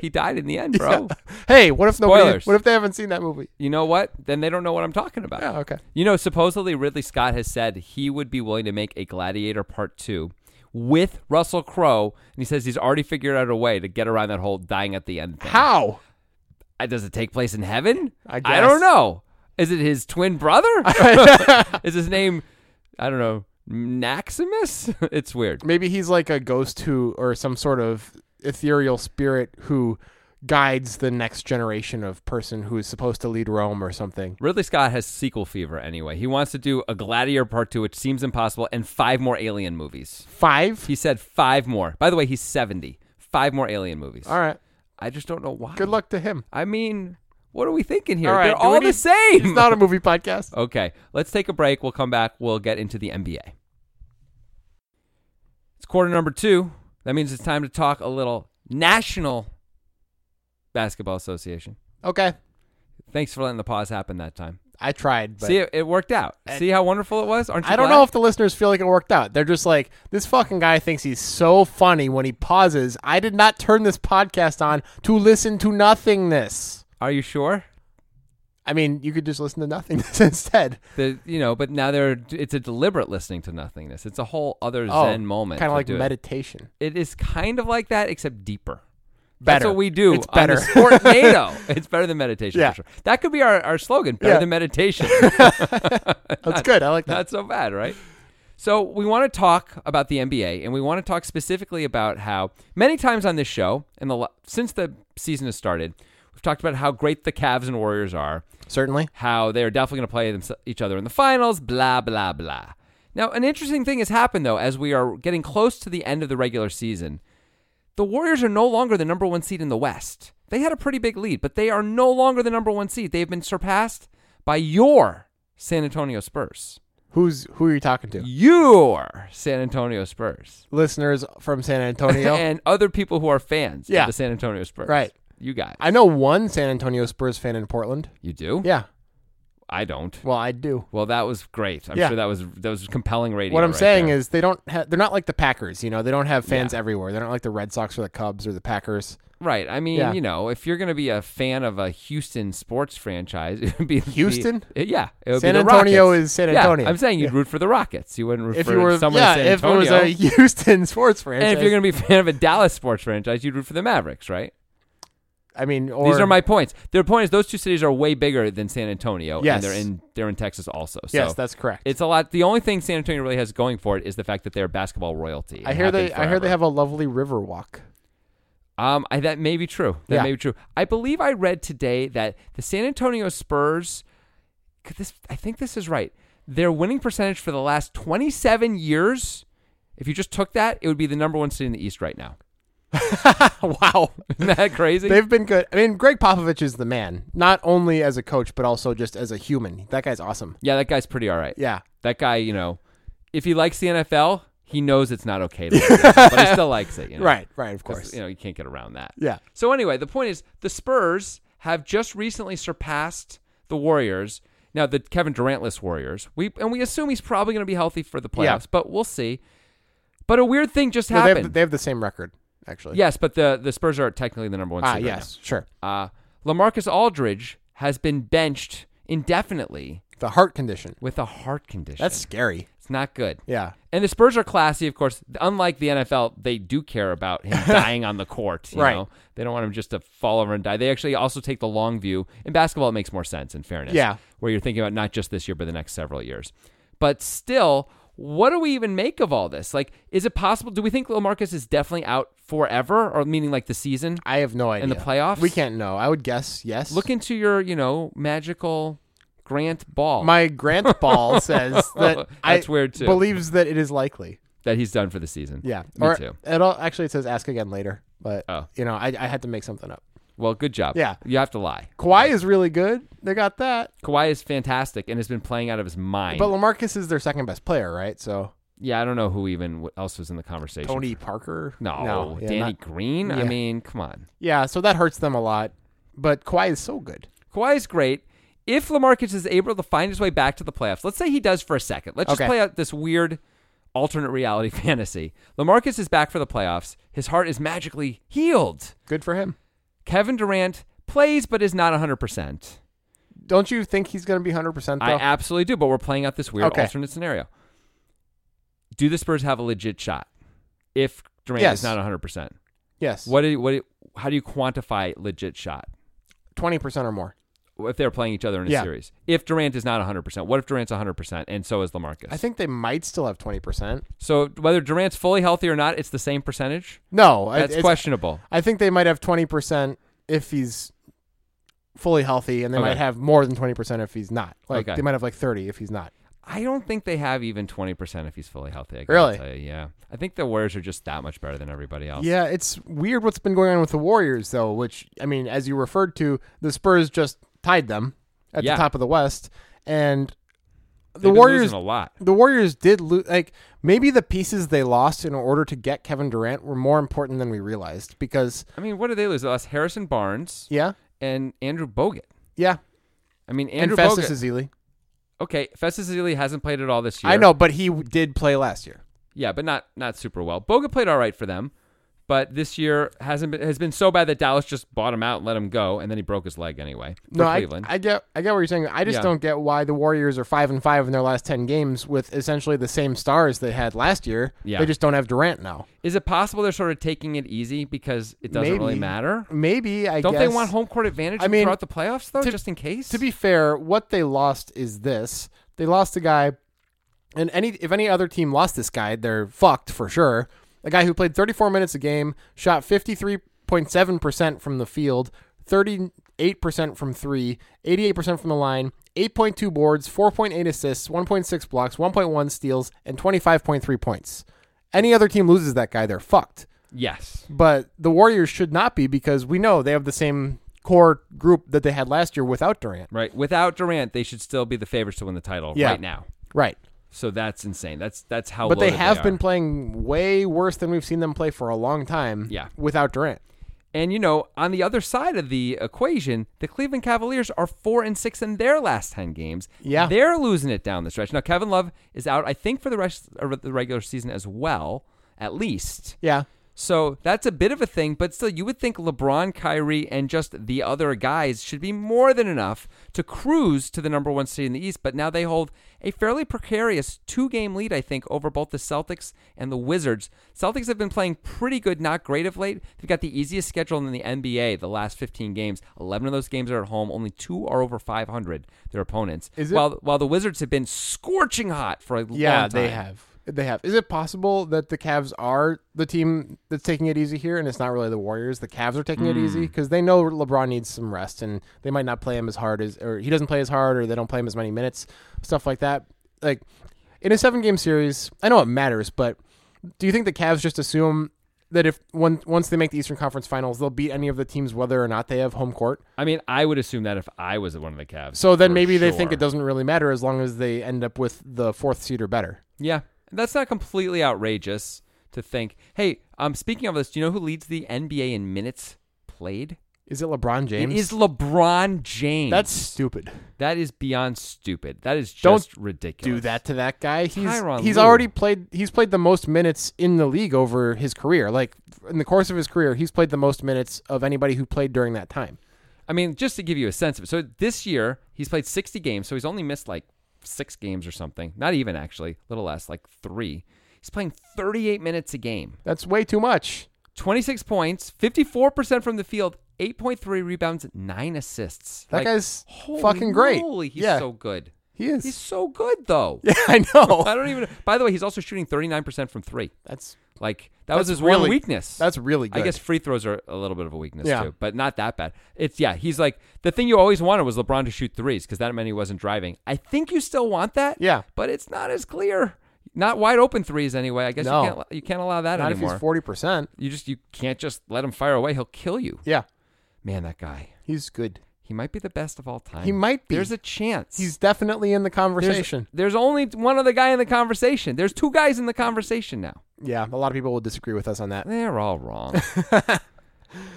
A: he died in the end,
B: <laughs>
A: bro.
B: hey, what if nobody?
A: Spoilers.
B: What if they haven't seen that movie?
A: You know what? Then they don't know what I'm talking about.
B: Yeah, okay.
A: You know, supposedly Ridley Scott has said he would be willing to make a Gladiator Part 2 with Russell Crowe, and he says he's already figured out a way to get around that whole dying at the end thing.
B: How?
A: Uh, Does it take place in heaven?
B: I
A: don't <laughs>
B: guess. <laughs>
A: know. Is it his twin brother? Is his name, I don't know, Maximus? <laughs> it's weird.
B: Maybe he's like a ghost who, or some sort of ethereal spirit who guides the next generation of person who is supposed to lead Rome or something.
A: Ridley Scott has sequel fever anyway. He wants to do a Gladiator Part 2, which seems impossible, and five more Alien movies.
B: Five.
A: He said five more. By the way, he's 70. Five more Alien movies.
B: All right.
A: I just don't know why.
B: Good luck to him.
A: I mean, what are we thinking here?
B: All right,
A: They're
B: do we
A: all the
B: need-
A: same.
B: It's not a movie podcast.
A: <laughs> Okay, let's take a break. We'll come back. We'll get into the NBA. It's quarter number two. That means it's time to talk a little National Basketball Association.
B: Okay.
A: Thanks for letting the pause happen that time.
B: I tried, but
A: See, it, it worked out. See how wonderful it was? Aren't you
B: I don't
A: glad?
B: know if the listeners feel like it worked out. They're just like, this fucking guy thinks he's so funny when he pauses. I did not turn this podcast on to listen to nothingness.
A: Are you sure?
B: I mean, you could just listen to nothingness <laughs> instead.
A: The, you know, but now they're, it's a deliberate listening to nothingness. It's a whole other zen moment.
B: Kind of
A: to
B: Oh, like
A: do it.
B: meditation.
A: It is kind of like that, except deeper. That's
B: Better.
A: what we do.
B: It's better.
A: On the sport NATO. It's better than meditation
B: Yeah.
A: for sure. That could be our, our slogan, better
B: Yeah.
A: than meditation.
B: <laughs>
A: <laughs>
B: That's good. I like that.
A: Not so bad, right? So we want to talk about the NBA and we want to talk specifically about how many times on this show and the lo- since the season has started, we've talked about how great the Cavs and Warriors are
B: Certainly.
A: how they're definitely going to play them, each other in the finals, blah, blah, blah. Now, an interesting thing has happened, though, as we are getting close to the end of the regular season. The Warriors are no longer the number one seed in the West. They had a pretty big lead, but they are no longer the number one seed. They've been surpassed by your San Antonio Spurs.
B: Who's who are you talking to?
A: Your San Antonio Spurs.
B: Listeners from San
A: <laughs>
B: Antonio.
A: And other people who are fans
B: Yeah.
A: of the San Antonio Spurs.
B: Right.
A: You guys.
B: I know one San Antonio Spurs fan in Portland.
A: you do?
B: Yeah.
A: I don't.
B: Well, I do.
A: Well, that was great. I'm
B: Yeah.
A: sure that was that was compelling radio.
B: What I'm
A: right
B: saying
A: there.
B: is they don't ha- they're not like the Packers, you know. They don't have fans everywhere. They're not like the Red Sox or the Cubs or the Packers.
A: Right. I mean,
B: Yeah.
A: you know, if you're going to be a fan of a Houston sports franchise, <laughs> it would be the-
B: Houston?
A: it- yeah, it would
B: San
A: be the
B: Antonio
A: Rockets.
B: is San
A: Yeah,
B: Antonio.
A: I'm saying you'd root for the Rockets. You wouldn't root
B: If
A: for
B: you were
A: someone
B: yeah,
A: in San
B: if it was
A: Antonio.
B: a <laughs> Houston sports franchise.
A: and if you're going to be a fan of a Dallas sports franchise, you'd root for the Mavericks, right?
B: I mean, or
A: These are my points. Their point is those two cities are way bigger than San Antonio,
B: Yes.
A: and they're in they're in Texas also. So
B: <laughs> Yes, that's correct.
A: it's a lot. The only thing San Antonio really has going for it is the fact that they're basketball royalty. and
B: I hear
A: have been
B: they I hear
A: forever.
B: they have a lovely
A: <laughs>
B: river walk.
A: Um, I, that may be true. That
B: Yeah.
A: may be true. I believe I read today that the San Antonio Spurs. could This, I think this is right. Their winning percentage for the last 27 years, if you just took that, it would be the number one city in the East right now. <laughs>
B: wow.
A: Isn't
B: <laughs>
A: that crazy?
B: They've been good. I mean, Greg Popovich is the man, not only as a coach but also just as a human. That guy's awesome.
A: yeah, that guy's pretty all right.
B: Yeah.
A: That guy, you know, if he likes the NFL, he knows it's not okay, to
B: <laughs>
A: like the NFL, but he still likes it. You know?
B: Right, right, of
A: 'Cause,
B: course.
A: You know, you can't get around that.
B: Yeah.
A: So anyway, the point is the Spurs have just recently surpassed the Warriors. Now the Kevin Durantless Warriors. We and we assume he's probably going to be healthy for the playoffs,
B: Yeah.
A: but we'll see. But a weird thing just
B: No, they, have,
A: happened.
B: they have the same record, actually.
A: yes, but the the Spurs are technically the number one.
B: Ah,
A: seed right
B: yes, sure.
A: now. Uh, Lamarcus Aldridge has been benched indefinitely
B: The heart condition.
A: with a heart condition.
B: That's scary.
A: it's not good.
B: Yeah.
A: And the Spurs are classy, of course. Unlike the NFL, they do care about
B: <laughs>
A: him dying on the court. You
B: Right.
A: Know? They don't want him just to fall over and die. They actually also take the long view. In basketball, it makes more sense, in fairness.
B: Yeah.
A: Where you're thinking about not just this year, but the next several years. But still, what do we even make of all this? Like, is it possible? Do we think Lamarcus is definitely out forever, or meaning like the season?
B: I have no idea.
A: the playoffs?
B: We can't know. I would guess yes.
A: Look into your, you know, magical Grant Ball
B: my Grant
A: <laughs>
B: Ball says that
A: That's
B: I
A: weird, too.
B: believes that it is likely.
A: that he's done for the season.
B: Yeah.
A: Me
B: or
A: too.
B: It all, actually it says ask again later, but
A: Oh.
B: you know, I, I had to make something up.
A: Well, good job.
B: Yeah.
A: You have to lie.
B: Kawhi is really good. They got that.
A: Kawhi is fantastic and has been playing out of his mind.
B: But Lamarcus is their second best player, right? So
A: yeah, I don't know who even w- else was in the conversation.
B: Tony Parker.
A: No,
B: yeah,
A: Danny
B: not-
A: Green. I
B: Yeah.
A: mean, come on.
B: yeah, so that hurts them a lot. But Kawhi is so good.
A: Kawhi is great. If Lamarcus is able to find his way back to the playoffs, let's say he does for a second. Let's just
B: Okay.
A: play out this weird alternate reality <laughs> fantasy. Lamarcus is back for the playoffs. His heart is magically healed.
B: Good for him.
A: Kevin Durant plays but is not 100%.
B: Don't you think he's going to be 100% though?
A: I absolutely do, but we're playing out this weird
B: Okay.
A: alternate scenario. Do the Spurs have a legit shot if Durant
B: Yes.
A: is not 100%?
B: yes.
A: What do you, what do you- how do you quantify legit shot?
B: 20% or more.
A: if they're playing each other in a
B: Yeah.
A: series. If Durant is not 100%, what if Durant's 100% and so is LaMarcus?
B: I think they might still have twenty percent.
A: so whether Durant's fully healthy or not, it's the same percentage.
B: No, I-
A: That's
B: it's-
A: questionable.
B: I think they might have twenty percent if he's fully healthy, and they
A: Okay.
B: might have more than twenty percent if he's not. Like
A: Okay.
B: they might have like thirty if he's not.
A: I don't think they have even 20% if he's fully healthy. I gotta
B: Really?
A: tell you, yeah. I think the Warriors are just that much better than everybody else.
B: Yeah, it's weird what's been going on with the Warriors though. Which I mean, as you referred to, the Spurs just tied them at
A: Yeah.
B: the top of the West, and
A: They've
B: the
A: been
B: Warriors
A: losing a lot.
B: the Warriors did lose. Like maybe the pieces they lost in order to get Kevin Durant were more important than we realized. Because
A: I mean, what did they lose? They lost Harrison Barnes
B: yeah,
A: and Andrew Bogut.
B: yeah,
A: I mean, Andrew
B: and Festus
A: Bogut.
B: Ezeli.
A: okay, Festus Ezeli hasn't played at all this year.
B: I know, but he w- did play last year.
A: Yeah, but not not super well. Bogut played all right for them, but this year hasn't been, has been so bad that Dallas just bought him out and let him go, and then he broke his leg anyway for
B: No, I,
A: Cleveland.
B: I get I get what you're saying. I just
A: Yeah.
B: don't get why the Warriors are five and five in their last ten games with essentially the same stars they had last year.
A: Yeah.
B: They just don't have Durant now.
A: Is it possible they're sort of taking it easy because it doesn't really
B: Maybe.
A: matter?
B: Maybe I
A: Don't
B: guess,
A: they want home court advantage
B: I mean,
A: throughout the playoffs though,
B: to-
A: just in case?
B: To be fair, what they lost is this: they lost a guy, and any if any other team lost this guy, they're fucked for sure. A guy who played 34 minutes a game, shot 53.7 percent from the field, 38 percent from three, 88 percent from the line, 8.2 boards, 4.8 assists, 1.6 blocks, 1.1 steals, and 25.3 points. Any other team loses that guy, they're fucked.
A: yes.
B: But the Warriors should not be because we know they have the same core group that they had last year without Durant.
A: Right. Without Durant, they should still be the favorites to win the title
B: Yeah.
A: right now.
B: Right.
A: So that's insane. That's that's how
B: But they
A: loaded
B: have
A: are.
B: been playing way worse than we've seen them play for a long time.
A: Yeah.
B: Without Durant.
A: And you know, on the other side of the equation, the Cleveland Cavaliers are four and six in their last ten games.
B: Yeah.
A: they're losing it down the stretch. Now Kevin Love is out, I think, for the rest of the regular season as well, at least.
B: Yeah.
A: So that's a bit of a thing, but still, you would think LeBron, Kyrie, and just the other guys should be more than enough to cruise to the number one seed in the East. But now they hold a fairly precarious two game lead, I think, over both the Celtics and the Wizards. Celtics have been playing pretty good, not great of late. They've got the easiest schedule in the NBA the last 15 games. 11 of those games are at home, only two are over 500, their opponents.
B: Is it-
A: while, while the Wizards have been scorching hot for a
B: Yeah,
A: long time.
B: they have. They have. Is it possible that the Cavs are the team that's taking it easy here and it's not really the Warriors? The Cavs are taking it easy because they know LeBron needs some rest and they might not play him as hard as, or he doesn't play as hard or they don't play him as many minutes, stuff like that. Like in a seven game series, I know it matters, but do you think the Cavs just assume that if one, once they make the Eastern Conference Finals, they'll beat any of the teams whether or not they have home court?
A: I mean, I would assume that if I was one of the Cavs.
B: So then
A: for
B: maybe they think
A: sure.
B: it doesn't really matter as long as they end up with the fourth seed or better.
A: Yeah, that's not completely outrageous to think. Hey, um, speaking of this, do you know who leads the NBA in minutes played?
B: Is it LeBron James?
A: It is LeBron James.
B: That's stupid.
A: that is beyond stupid. That is just
B: Don't
A: ridiculous.
B: Do that to that guy. He's
A: Tyronn
B: he's
A: Lue.
B: already played. He's played the most minutes in the league over his career. Like in the course of his career, he's played the most minutes of anybody who played during that time.
A: I mean, just to give you a sense of it. So this year he's played 60 games, so he's only missed like six games or something. Not even actually, a little less, like three. He's playing 38 minutes a game.
B: That's way too much.
A: 26 points, 54% from the field, 8.3 rebounds, 9 assists.
B: That
A: Like,
B: guy's
A: holy
B: fucking great.
A: moly, he's
B: yeah,
A: so good.
B: he is.
A: He's so good though.
B: <laughs> yeah, I
A: <laughs>
B: know.
A: I don't even By the way, he's also shooting 39% from 3.
B: That's
A: Like that was
B: That's
A: his one
B: really-
A: weakness.
B: that's really good.
A: I guess free throws are a little bit of a weakness
B: Yeah.
A: too, but not that bad. It's yeah, he's like the thing you always wanted was LeBron to shoot threes because that meant he wasn't driving. I think you still want that.
B: Yeah.
A: but it's not as clear. Not wide open threes anyway. I guess
B: No.
A: you can't you can't allow that
B: not if
A: anymore.
B: he's forty percent.
A: you just you can't just let him fire away. He'll kill you.
B: Yeah,
A: Man, that guy.
B: he's good.
A: He might be the best of all time.
B: He might be.
A: There's a chance.
B: He's definitely in the
A: There's-
B: conversation.
A: There's, only one other guy in the conversation. There's two guys in the conversation now.
B: yeah, a lot of people will disagree with us on that.
A: They're all
B: <laughs>
A: wrong.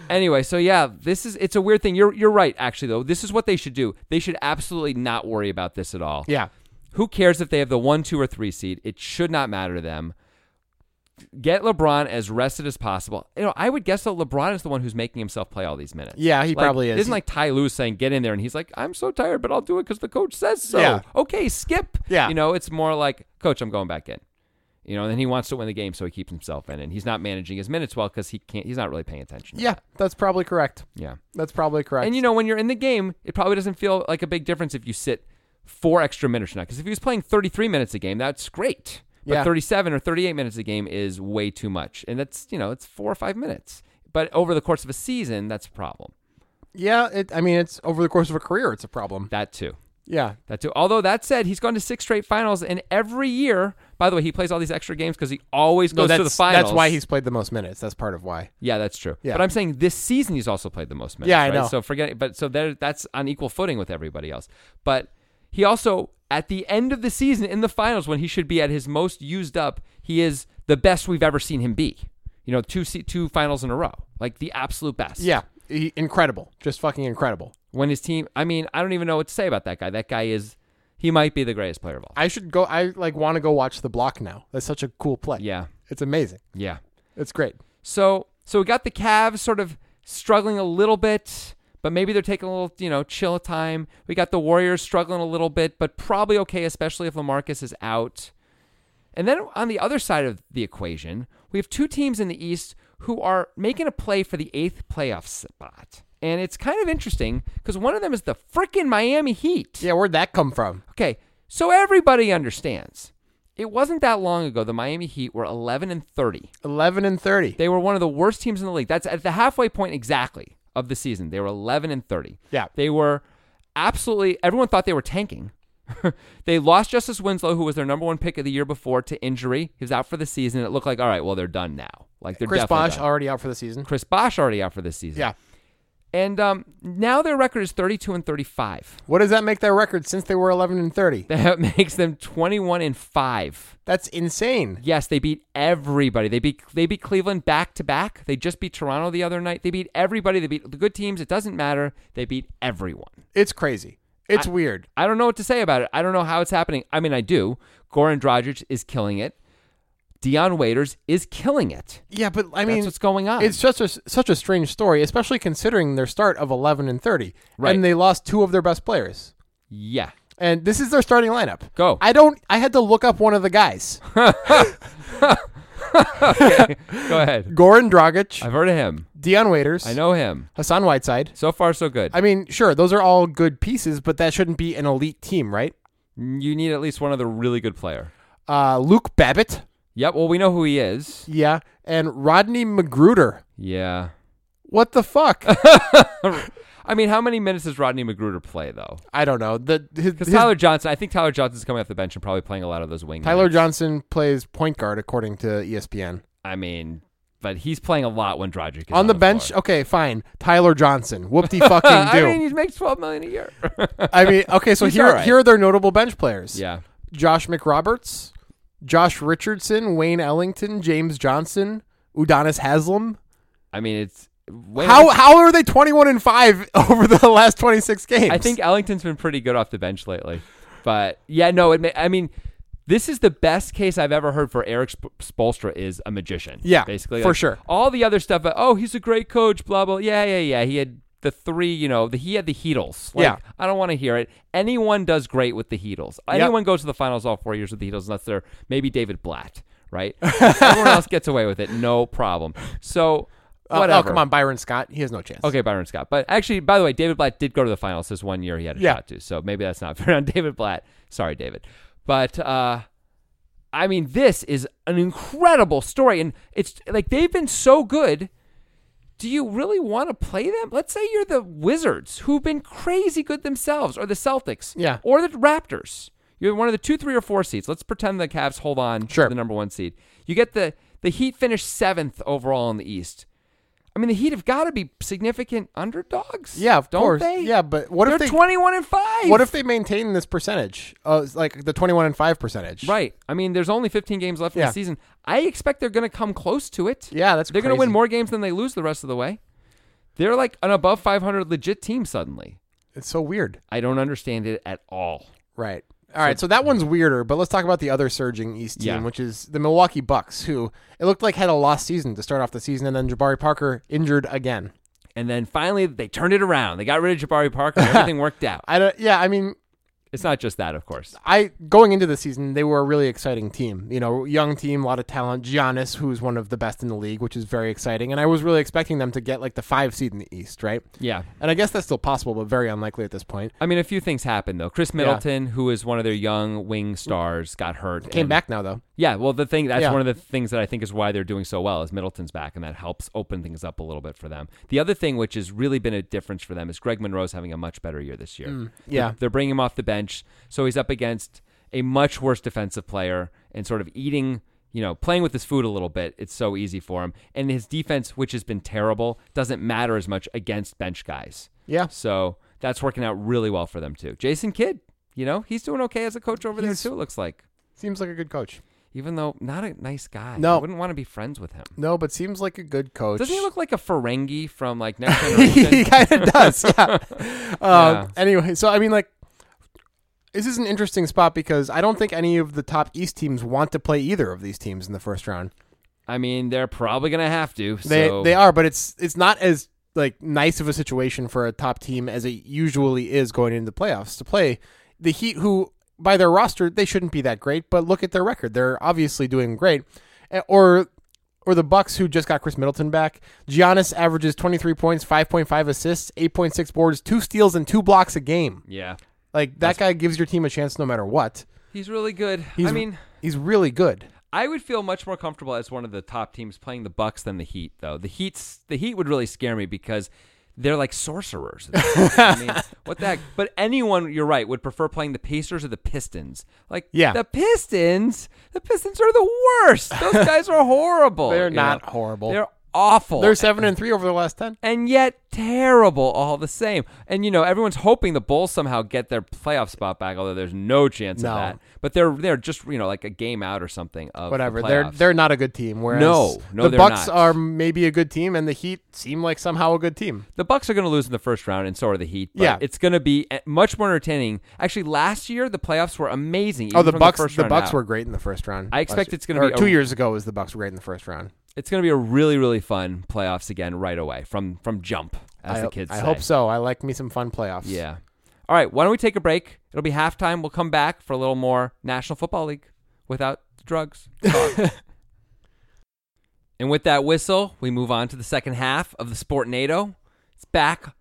A: anyway, so yeah, this is it's a weird thing. You're you're right actually though. This is what they should do. They should absolutely not worry about this at all.
B: Yeah,
A: Who cares if they have the 1, 2 or 3 seed? It should not matter to them. Get LeBron as rested as possible. You know, I would guess that LeBron is the one who's making himself play all these minutes.
B: yeah, he
A: Like,
B: probably
A: It
B: is.
A: isn't like Ty Lue saying, get in there. And he's like, I'm so tired, but I'll do it because the coach says so.
B: Yeah.
A: Okay, skip.
B: Yeah.
A: You know, it's more like, coach, I'm going back in. You know, and then he wants to win the game, so he keeps himself in, and he's not managing his minutes well because he can't. He's not really paying attention.
B: Yeah, that's probably correct.
A: yeah.
B: That's probably correct.
A: And you know, when you're in the game, it probably doesn't feel like a big difference if you sit four extra minutes or not. Because if he was playing 33 minutes a game, that's great. But
B: Yeah.
A: 37 or 38 minutes a game is way too much, and that's you know, it's four or five minutes. But over the course of a season, that's a problem.
B: yeah, it, I mean, it's over the course of a career, it's a problem.
A: That too.
B: Yeah,
A: That too. Although that said, he's gone to six straight finals, and every year, by the way, he plays all these extra games because he always
B: no,
A: goes
B: that's
A: to the finals.
B: that's why he's played the most minutes. That's part of why.
A: Yeah, that's true.
B: Yeah.
A: But I'm saying this season he's also played the most minutes.
B: Yeah, I
A: right?
B: know.
A: So forget, but so there, that's on equal footing with everybody else. But he also at the end of the season in the finals when he should be at his most used up, he is the best we've ever seen him be. You know, two se- two finals in a row, like the absolute best.
B: Yeah, he, incredible, just fucking incredible.
A: When his team, I mean, I don't even know what to say about that guy. That guy is, he might be the greatest player of all.
B: I should go. I like want to go watch the block now. That's such a cool play.
A: yeah,
B: it's amazing.
A: yeah.
B: It's great.
A: So so we got the Cavs sort of struggling a little bit, but maybe they're taking a little, you know, chill time. We got the Warriors struggling a little bit, but probably okay, especially if LaMarcus is out. And then on the other side of the equation, we have two teams in the East who are making a play for the eighth playoff spot. And it's kind of interesting because one of them is the frickin' Miami Heat.
B: Yeah, where'd that come from?
A: Okay, so everybody understands. It wasn't that long ago the Miami Heat were 11 and 30.
B: Eleven and thirty.
A: They were one of the worst teams in the league. That's at the halfway point exactly of the season. They were 11 and 30.
B: Yeah.
A: They were absolutely, everyone thought they were tanking. <laughs> they lost Justice Winslow, who was their number one pick of the year before, to injury. He was out for the season. It looked like, all right, well, they're done now. Like they're
B: Chris
A: definitely
B: Bosh
A: done.
B: already out for the season.
A: Chris Bosch already out for this season.
B: Yeah.
A: And um, now their record is 32 and 35.
B: What does that make their record since they were eleven and thirty?
A: <laughs> That makes them 21 and 5.
B: That's insane.
A: Yes, they beat everybody. They beat they beat Cleveland back to back. They just beat Toronto the other night. They beat everybody. They beat the good teams. It doesn't matter. They beat everyone.
B: It's crazy. It's weird.
A: I don't know what to say about it. I don't know how it's happening. I mean, I do. Goran Dragic is killing it. Dion Waiters is killing it.
B: Yeah, but I
A: That's
B: mean,
A: what's going on.
B: it's just a, such a strange story, especially considering their start of eleven and thirty,
A: Right.
B: and they lost two of their best players.
A: yeah.
B: And this is their starting lineup.
A: Go.
B: I don't. I had to look up one of the guys.
A: Go ahead.
B: Goran Dragic,
A: I've heard of him.
B: Dion Waiters,
A: I know him.
B: Hassan Whiteside.
A: So far, so good.
B: I mean, sure, those are all good pieces, but that shouldn't be an elite team, right?
A: you need at least one other really good player.
B: Uh, Luke Babbitt,
A: Yep. Well, we know who he is.
B: yeah, and Rodney Magruder.
A: Yeah.
B: What the
A: <laughs>
B: fuck?
A: I mean, how many minutes does Rodney Magruder play though?
B: I don't know. The his, his-
A: Because Tyler Johnson, I think Tyler Johnson's coming off the bench and probably playing a lot of those wing.
B: Tyler
A: minutes.
B: Johnson plays point guard according to E ESPN.
A: I mean, but he's playing a lot when Drogic is
B: on the, bench,
A: Floor.
B: okay, fine. Tyler Johnson,
A: <laughs>
B: whoop de fucking
A: I mean,
B: do.
A: he makes twelve million a year. <laughs>
B: I mean, okay, so
A: He's
B: here
A: all right.
B: here are their notable bench players.
A: yeah,
B: Josh McRoberts, Josh Richardson, Wayne Ellington, James Johnson, Udonis Haslam.
A: I mean, it's way
B: How how are they 21 and 5 <laughs> over the last 26 games?
A: I think Ellington's been pretty good off the bench lately, but yeah, no, it. May, I mean, this is the best case I've ever heard for Eric Sp- Spolstra is a magician.
B: Yeah,
A: basically
B: for
A: Like,
B: sure.
A: All the other stuff, but, oh, he's a great coach. Blah blah. Yeah, yeah, yeah. He had the three. You know, the, he had the Heatles. Like,
B: Yeah.
A: I don't want to hear it. Anyone does great with the Heatles. Anyone goes to the finals all four years with the Heatles, unless they're maybe David Blatt, right?
B: <laughs>
A: Everyone else gets away with it, no problem. So.
B: Uh,
A: Whatever.
B: oh, come on, Byron Scott, he has no chance.
A: Okay, Byron Scott. But actually, by the way, David Blatt did go to the finals this one year. He had a
B: Yeah.
A: shot to, so maybe that's not <laughs> fair on David Blatt. Sorry, David. But uh, I mean, this is an incredible story, and it's like they've been so good. Do you really want to play them? Let's say you're the Wizards, who've been crazy good themselves, or the Celtics,
B: Yeah.
A: or the Raptors. You're one of the two, three, or four seeds. Let's pretend the Cavs hold on
B: Sure.
A: to the number one seed. You get the the Heat finished seventh overall in the East. I mean, the Heat have got to be significant underdogs.
B: Yeah, of
A: don't
B: course.
A: they?
B: Yeah, but what
A: they're
B: if they
A: twenty-one and five.
B: what if they maintain this percentage? Uh, like the 21 and 5 percentage.
A: Right. I mean, there's only 15 games left in
B: Yeah.
A: the season. I expect they're going to come close to it.
B: Yeah, that's
A: they're going to win
B: crazy.
A: more games than they lose the rest of the way. They're like an above 500 legit team suddenly.
B: It's so weird.
A: I don't understand it at all.
B: Right. All right, so that one's weirder, but let's talk about the other surging East team,
A: Yeah.
B: which is the Milwaukee Bucks, who it looked like had a lost season to start off the season, and then Jabari Parker injured again. <laughs>
A: And then finally, they turned it around. They got rid of Jabari Parker. and Everything worked out.
B: I don't, yeah, I mean,
A: It's not just that, of course.
B: I going into the season, they were a really exciting team. You know, young team, a lot of talent. Giannis, who's one of the best in the league, which is very exciting. And I was really expecting them to get like the five seed in the East, right?
A: Yeah.
B: And I guess that's still possible, but very unlikely at this point.
A: I mean, a few things happened though. Chris Middleton, who is one of their young wing stars, got hurt.
B: Came
A: and-
B: back now though.
A: Yeah, well, the thing that's
B: Yeah.
A: one of the things that I think is why they're doing so well is Middleton's back, and that helps open things up a little bit for them. The other thing, which has really been a difference for them, is Greg Monroe's having a much better year this year.
B: Mm, Hmm. yeah.
A: they're, they're bringing him off the bench, so he's up against a much worse defensive player and sort of eating, you know, playing with his food a little bit. It's so easy for him, and his defense, which has been terrible, doesn't matter as much against bench guys.
B: Yeah.
A: So that's working out really well for them too. Jason Kidd, you know, he's doing okay as a coach over
B: He's-
A: there too. It looks like
B: Seems like a good coach.
A: even though not a nice guy.
B: No.
A: I wouldn't want to be friends with him.
B: No, but seems like a good coach.
A: Doesn't he look like a Ferengi from like
B: <laughs>
A: Next
B: he
A: <laughs> Generation?
B: kind of does. Yeah. Um,
A: Yeah.
B: Anyway, so I mean, like, this is an interesting spot because I don't think any of the top East teams want to play either of these teams in the first round.
A: I mean, they're probably gonna have to.
B: They
A: so
B: they are, but it's it's not as like nice of a situation for a top team as it usually is going into the playoffs to play the Heat, who by their roster they shouldn't be that great, but look at their record; they're obviously doing great. Eh, Or or the Bucks, who just got Chris Middleton back. Giannis averages twenty three points, five point five assists, eight point six boards, two steals, and two blocks a game.
A: Yeah,
B: Like that guy gives your team a chance no matter what.
A: he's really good.
B: He's-
A: I mean,
B: He's really good.
A: I would feel much more comfortable as one of the top teams playing the Bucks than the Heat, though. The Heat's the Heat would really scare me because they're like sorcerers.
B: <laughs>
A: I mean, what the heck? But anyone, you're right, would prefer playing the Pacers or the Pistons. Like,
B: Yeah.
A: the Pistons. The Pistons are the worst.
B: <laughs>
A: Those guys are horrible.
B: They're
A: you know?
B: not horrible.
A: They're awful.
B: They're seven and three over the last ten.
A: and yet terrible all the same. And you know, everyone's hoping the Bulls somehow get their playoff spot back, although there's no chance
B: No.
A: of that. But they're they're just you know like a game out or something of the
B: whatever. they're
A: playoffs.
B: they're not a good team. Whereas
A: No, no,
B: the
A: they're
B: Bucks
A: not.
B: are maybe a good team, and the Heat seem like somehow a good team.
A: the Bucks are going to lose in the first round, and so are the Heat. But
B: Yeah.
A: it's going to be eh, much more entertaining. Actually, last year the playoffs were amazing.
B: Oh,
A: even
B: the
A: from
B: Bucks.
A: the,
B: The,
A: first round
B: Bucks
A: out.
B: were great in the first round.
A: I expect
B: last
A: it's gonna
B: year.
A: be
B: Or
A: a-
B: two years ago was the Bucks were great in the first round.
A: It's going to be a really really fun playoffs again right away from from jump as
B: I,
A: the kids
B: I
A: say.
B: hope so. I like me some fun playoffs.
A: Yeah. All right. Why don't we take a break? It'll be halftime. We'll come back for a little more National Football League without the
B: <laughs>
A: drugs. <laughs> and with that whistle, we move on to the second half of the Sport NATO. It's back.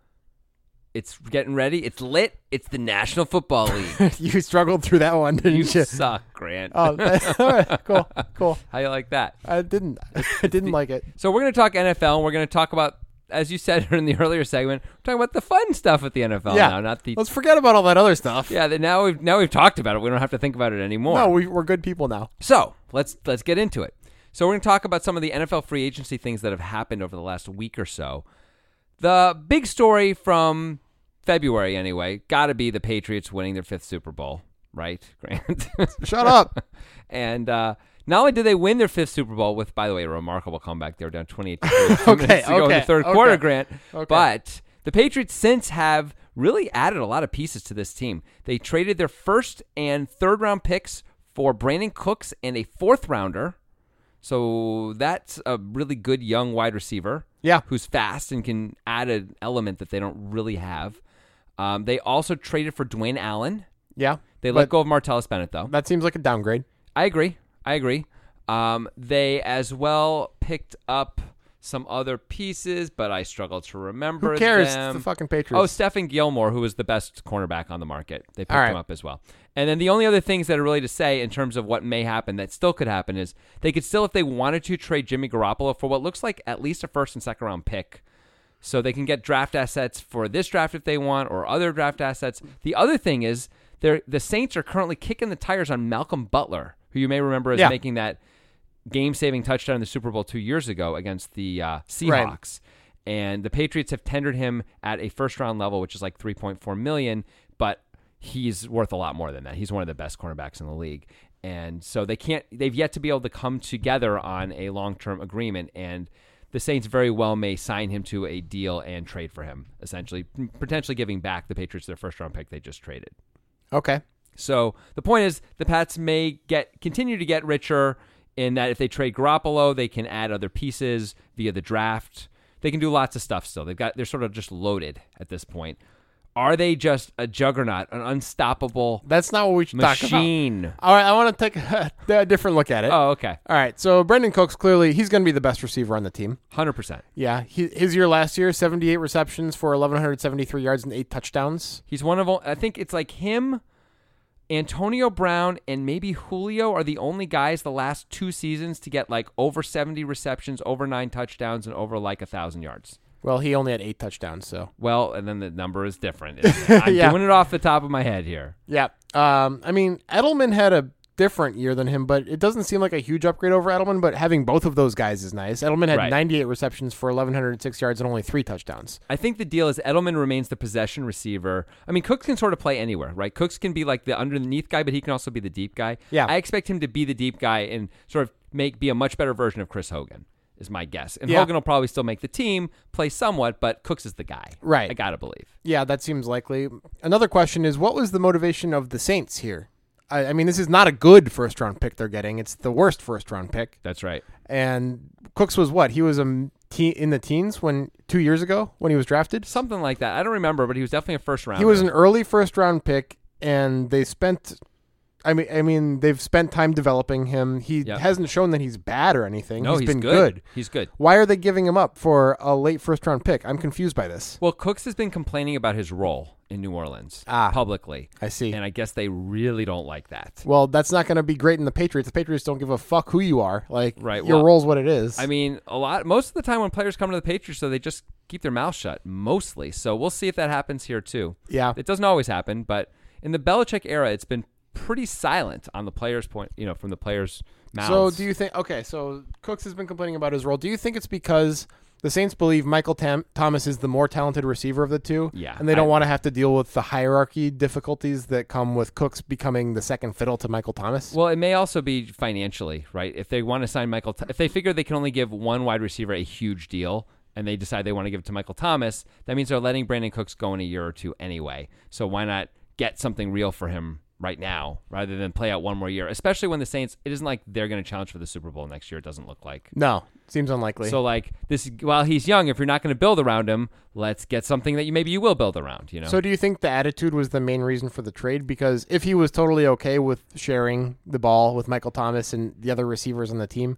A: It's getting ready. It's lit. It's the National
B: <laughs>
A: Football League.
B: <laughs> you struggled through that one,
A: you
B: didn't you?
A: suck, Grant.
B: Oh, <laughs> that- all right, cool, cool.
A: How you like that?
B: I didn't.
A: <laughs>
B: I didn't like it.
A: So we're going to talk NFL, and we're going to talk about, as you said <laughs> in the earlier segment, we're talking about the fun stuff at the NFL
B: yeah.
A: now, not the
B: Let's forget about all that other stuff.
A: yeah. The, now we've now we've talked about it. We don't have to think about it anymore.
B: No, we, we're good people now.
A: So let's let's get into it. So we're going to talk about some of the NFL free agency things that have happened over the last week or so. The big story from February, anyway, got to be the Patriots winning their fifth Super Bowl, right, Grant? <laughs>
B: Shut up.
A: and uh, not only did they win their fifth Super Bowl with, by the way, a remarkable comeback. They were down twenty-eight to three two
B: <laughs> Okay,
A: minutes to go in the
B: okay,
A: third
B: okay.
A: quarter, Grant.
B: Okay.
A: But the Patriots since have really added a lot of pieces to this team. They traded their first and third round picks for Brandon Cooks and a fourth rounder. So that's a really good young wide receiver.
B: Yeah.
A: Who's fast and can add an element that they don't really have. Um, they also traded for Dwayne Allen.
B: Yeah.
A: They
B: But
A: let go of Martellus Bennett, though.
B: That seems like a downgrade.
A: I agree. I agree. Um, they as well picked up some other pieces, but I struggle to remember.
B: Who cares? It's
A: Them.
B: the fucking Patriots.
A: Oh, Stephen Gilmore, who was the best cornerback on the market. They picked
B: All right.
A: him up as well. And then the only other things that are really to say in terms of what may happen that still could happen is they could still, if they wanted to, trade Jimmy Garoppolo for what looks like at least a first and second round pick. So they can get draft assets for this draft if they want or other draft assets. The other thing is they're, the Saints are currently kicking the tires on Malcolm Butler, who you may remember as
B: Yeah.
A: making that game saving touchdown in the Super Bowl two years ago against the uh, Seahawks. And the Patriots have tendered him at a first round level, which is like 3.4 million, but he's worth a lot more than that. He's one of the best cornerbacks in the league. And so they can't, they've yet to be able to come together on a long term agreement. And the Saints very well may sign him to a deal and trade for him, essentially, potentially giving back the Patriots their first round pick they just traded.
B: okay.
A: So the point is, the Pats may get continue to get richer in that if they trade Garoppolo, they can add other pieces via the draft. They can do lots of stuff still. They've got they're sort of just loaded at this point. Are they just a juggernaut, an unstoppable
B: That's not what we should talk about.
A: machine?
B: All right, I want to take <laughs> a, a different look at it.
A: Oh, okay,
B: All right, so Brendan Cooks clearly he's going to be the best receiver on the team.
A: hundred percent.
B: Yeah, he, his year last year, 78 receptions for 1173 yards and 8 touchdowns.
A: He's one of o- I think it's like him, Antonio Brown, and maybe Julio are the only guys the last two seasons to get like over seventy receptions, over nine touchdowns, and over like a thousand yards.
B: Well, he only had 8 touchdowns, so.
A: Well, and then the number is
B: <laughs>
A: different. isn't it? I'm
B: Yeah.
A: doing it off the top of my head here.
B: Yeah. Um, I mean, Edelman had a different year than him, but it doesn't seem like a huge upgrade over Edelman, but having both of those guys is nice. Edelman had
A: Right.
B: 98 receptions for 1106 yards and only 3 touchdowns.
A: I think the deal is Edelman remains the possession receiver. I mean, Cooks can sort of play anywhere, right? Cooks can be like the underneath guy, but he can also be the deep guy.
B: Yeah.
A: I expect him to be the deep guy and sort of make be a much better version of Chris Hogan. Is my guess, and
B: Yeah.
A: Hogan will probably still make the team play somewhat, but Cooks is the guy,
B: Right.
A: I gotta believe.
B: Yeah, that seems likely. Another question is what was the motivation of the Saints here? I, I mean, this is not a good first round pick they're getting. It's the worst first round pick.
A: That's right.
B: And Cooks was what? He was um, te- in the teens when 2 years ago when he was drafted.
A: Something like that. I don't remember, but he was definitely a first round.
B: He was an early first round pick, and they spent. I mean, I mean, they've spent time developing him. He
A: Yep.
B: hasn't shown that he's bad or anything.
A: no, he's
B: been
A: good. He's good.
B: Why are they giving him up for a late first round pick? I'm confused by this.
A: Well, Cooks has been complaining about his role in New Orleans
B: Ah.
A: publicly,
B: I see.
A: and I guess they really don't like that.
B: well, that's not going to be great in the Patriots. The Patriots don't give a fuck who you are. Like,
A: Right,
B: your
A: well,
B: role's what it is.
A: I mean, a lot. Most of the time when players come to the Patriots, so they just keep their mouth shut mostly. So we'll see if that happens here too.
B: yeah.
A: It doesn't always happen, but in the Belichick era, it's been pretty silent on the players' point. You know, from the players'
B: So,
A: mouths.
B: do you think? Okay, so Cooks has been complaining about his role. Do you think it's because the Saints believe Michael Tam- Thomas is the more talented receiver of the two?
A: Yeah,
B: and they don't
A: I-
B: want to have to deal with the hierarchy difficulties that come with Cooks becoming the second fiddle to Michael Thomas.
A: Well, it may also be financially, right? If they want to sign Michael, if they figure they can only give one wide receiver a huge deal and they decide they want to give it to Michael Thomas, that means they're letting Brandon Cooks go in a year or two anyway. So why not get something real for him right now rather than play out one more year, especially when the Saints, it isn't like they're going to challenge for the Super Bowl next year. It doesn't look like.
B: no, seems unlikely.
A: So like this, while he's young, if you're not going to build around him, let's get something that you maybe you will build around. You know,
B: so do you think the attitude was the main reason for the trade? Because if he was totally okay with sharing the ball with Michael Thomas and the other receivers on the team.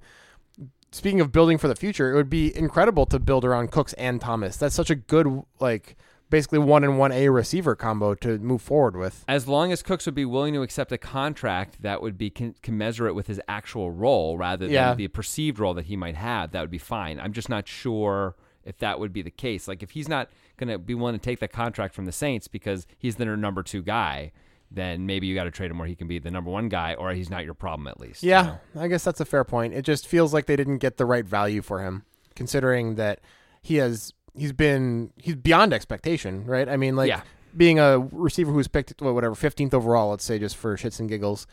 B: Speaking of building for the future, it would be incredible to build around Cooks and Thomas. That's such a good, like, basically one and one A receiver combo to move forward with.
A: as long as Cooks would be willing to accept a contract that would be con- commensurate with his actual role rather than
B: Yeah.
A: the perceived role that he might have, that would be fine. I'm just not sure if that would be the case. Like, if he's not going to be willing to take the contract from the Saints because he's their number two guy, then maybe you got to trade him where he can be the number one guy, or he's not your problem at least. you
B: Yeah,
A: know?
B: I guess that's a fair point. It just feels like they didn't get the right value for him, considering that he has he's been he's beyond expectation, right? I mean, like
A: Yeah.
B: being a receiver who's picked well, whatever fifteenth overall, let's say, just for shits and giggles.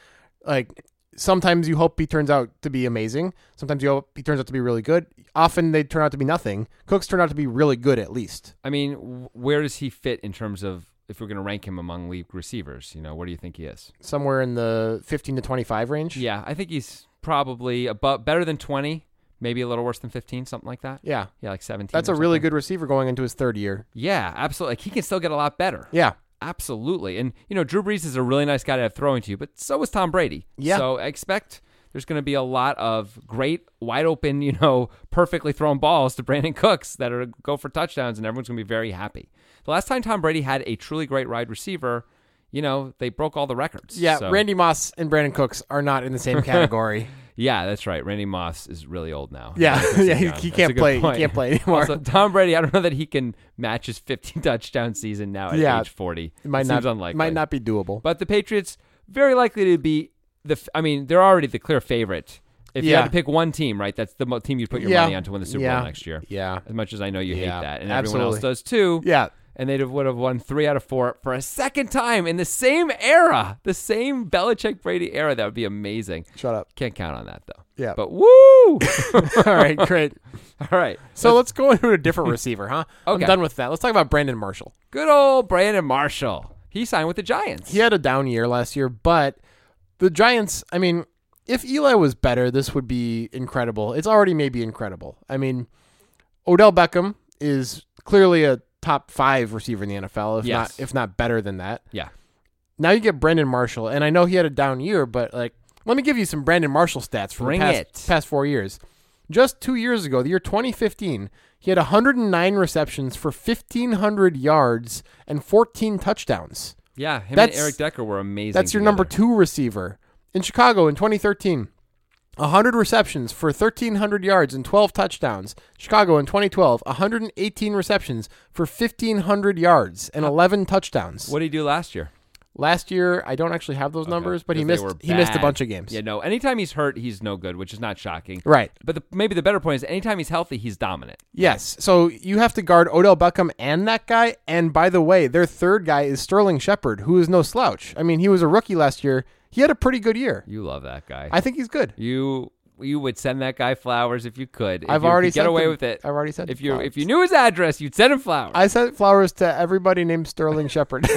B: Like sometimes you hope he turns out to be amazing. Sometimes you hope he turns out to be really good. Often they turn out to be nothing. Cooks turn out to be really good at least.
A: I mean, w- where does he fit in terms of if we're going to rank him among league receivers? You know, where do you think he is?
B: Somewhere in the fifteen to twenty five range.
A: Yeah, I think he's probably above, better than 20, maybe a little worse than 15, something like that.
B: Yeah.
A: Yeah, like 17.
B: That's
A: or
B: a really
A: something.
B: good receiver going into his third year.
A: Yeah, absolutely. Like he can still get a lot better.
B: Yeah.
A: Absolutely. And you know, Drew Brees is a really nice guy to have throwing to you, but so is Tom Brady.
B: Yeah.
A: So I expect there's going to be a lot of great, wide open, you know, perfectly thrown balls to Brandon Cooks that are go for touchdowns, and everyone's going to be very happy. The last time Tom Brady had a truly great wide receiver, you know, they broke all the records.
B: Yeah,
A: So-
B: Randy Moss and Brandon Cooks are not in
A: <laughs>
B: the same category.
A: Yeah, that's right. Randy Moss is really old now.
B: yeah, <laughs> yeah, he,
A: Young.
B: he
A: That's a
B: can't
A: good
B: play. He
A: point.
B: can't play anymore.
A: <laughs> Also, Tom Brady, I don't know that he can match his 15 <laughs> touchdown season now at
B: Yeah.
A: age 40.
B: it might
A: It
B: not
A: seems unlikely.
B: might not be doable.
A: But the Patriots very likely to be the. f- I mean, they're already the clear favorite. If you
B: Yeah.
A: had to pick one team, right, that's the mo- team you put your
B: Yeah.
A: money on to win the Super
B: Yeah.
A: Bowl next year. <laughs>
B: yeah,
A: As much as I know you
B: Yeah.
A: hate that, and everyone
B: Absolutely.
A: else does too.
B: yeah,
A: And they would have won three out of four for a second time in the same era, the same Belichick Brady era. That would be amazing.
B: shut up.
A: Can't count on that though.
B: Yeah.
A: But woo!
B: <laughs>
A: <laughs>
B: All right, great.
A: All right.
B: So let's go <laughs> into a different receiver, huh?
A: Hmm. Okay.
B: I'm done with that. Let's talk about Brandon Marshall.
A: Good old Brandon Marshall. He signed with the Giants.
B: He had a down year last year, but the Giants. I mean, if Eli was better, this would be incredible. It's already maybe incredible. I mean, Odell Beckham is clearly a top five receiver in the NFL, if
A: Yes.
B: not if not better than that.
A: Yeah.
B: Now you get Brandon Marshall, and I know he had a down year, but like, let me give you some Brandon Marshall stats from
A: Bring
B: the past,
A: it.
B: past four years. Just two years ago, the year 2015, he had 109 receptions for 1,500 yards and 14 touchdowns.
A: Yeah, him
B: That's-
A: and Eric Decker were amazing.
B: That's your
A: together.
B: number two receiver. In Chicago in 2013, 100 receptions for 1,300 yards and 12 touchdowns. Chicago in 2012, 118 receptions for 1,500 yards and 11 touchdowns.
A: What did he do last year?
B: Last year, I don't actually have those numbers, but he
A: Because
B: missed
A: they were
B: he missed a
A: bad.
B: bunch of games.
A: Yeah, no. Anytime he's hurt, he's no good, which is not shocking.
B: Right.
A: But the, maybe the better point is, anytime he's healthy, he's dominant.
B: Yes. So you have to guard Odell Beckham and that guy. And by the way, their third guy is Sterling Shepard, who is no slouch. I mean, he was a rookie last year. He had a pretty good year.
A: You love that guy.
B: I think he's good.
A: you you would send that guy flowers if you could. If
B: I've
A: you
B: already
A: could get
B: sent
A: away
B: him-
A: with it.
B: I've already sent
A: if
B: him
A: you if
B: flowers.
A: you knew his address, you'd send him flowers.
B: I sent flowers to everybody named
A: <laughs>
B: Sterling Shepard. <laughs>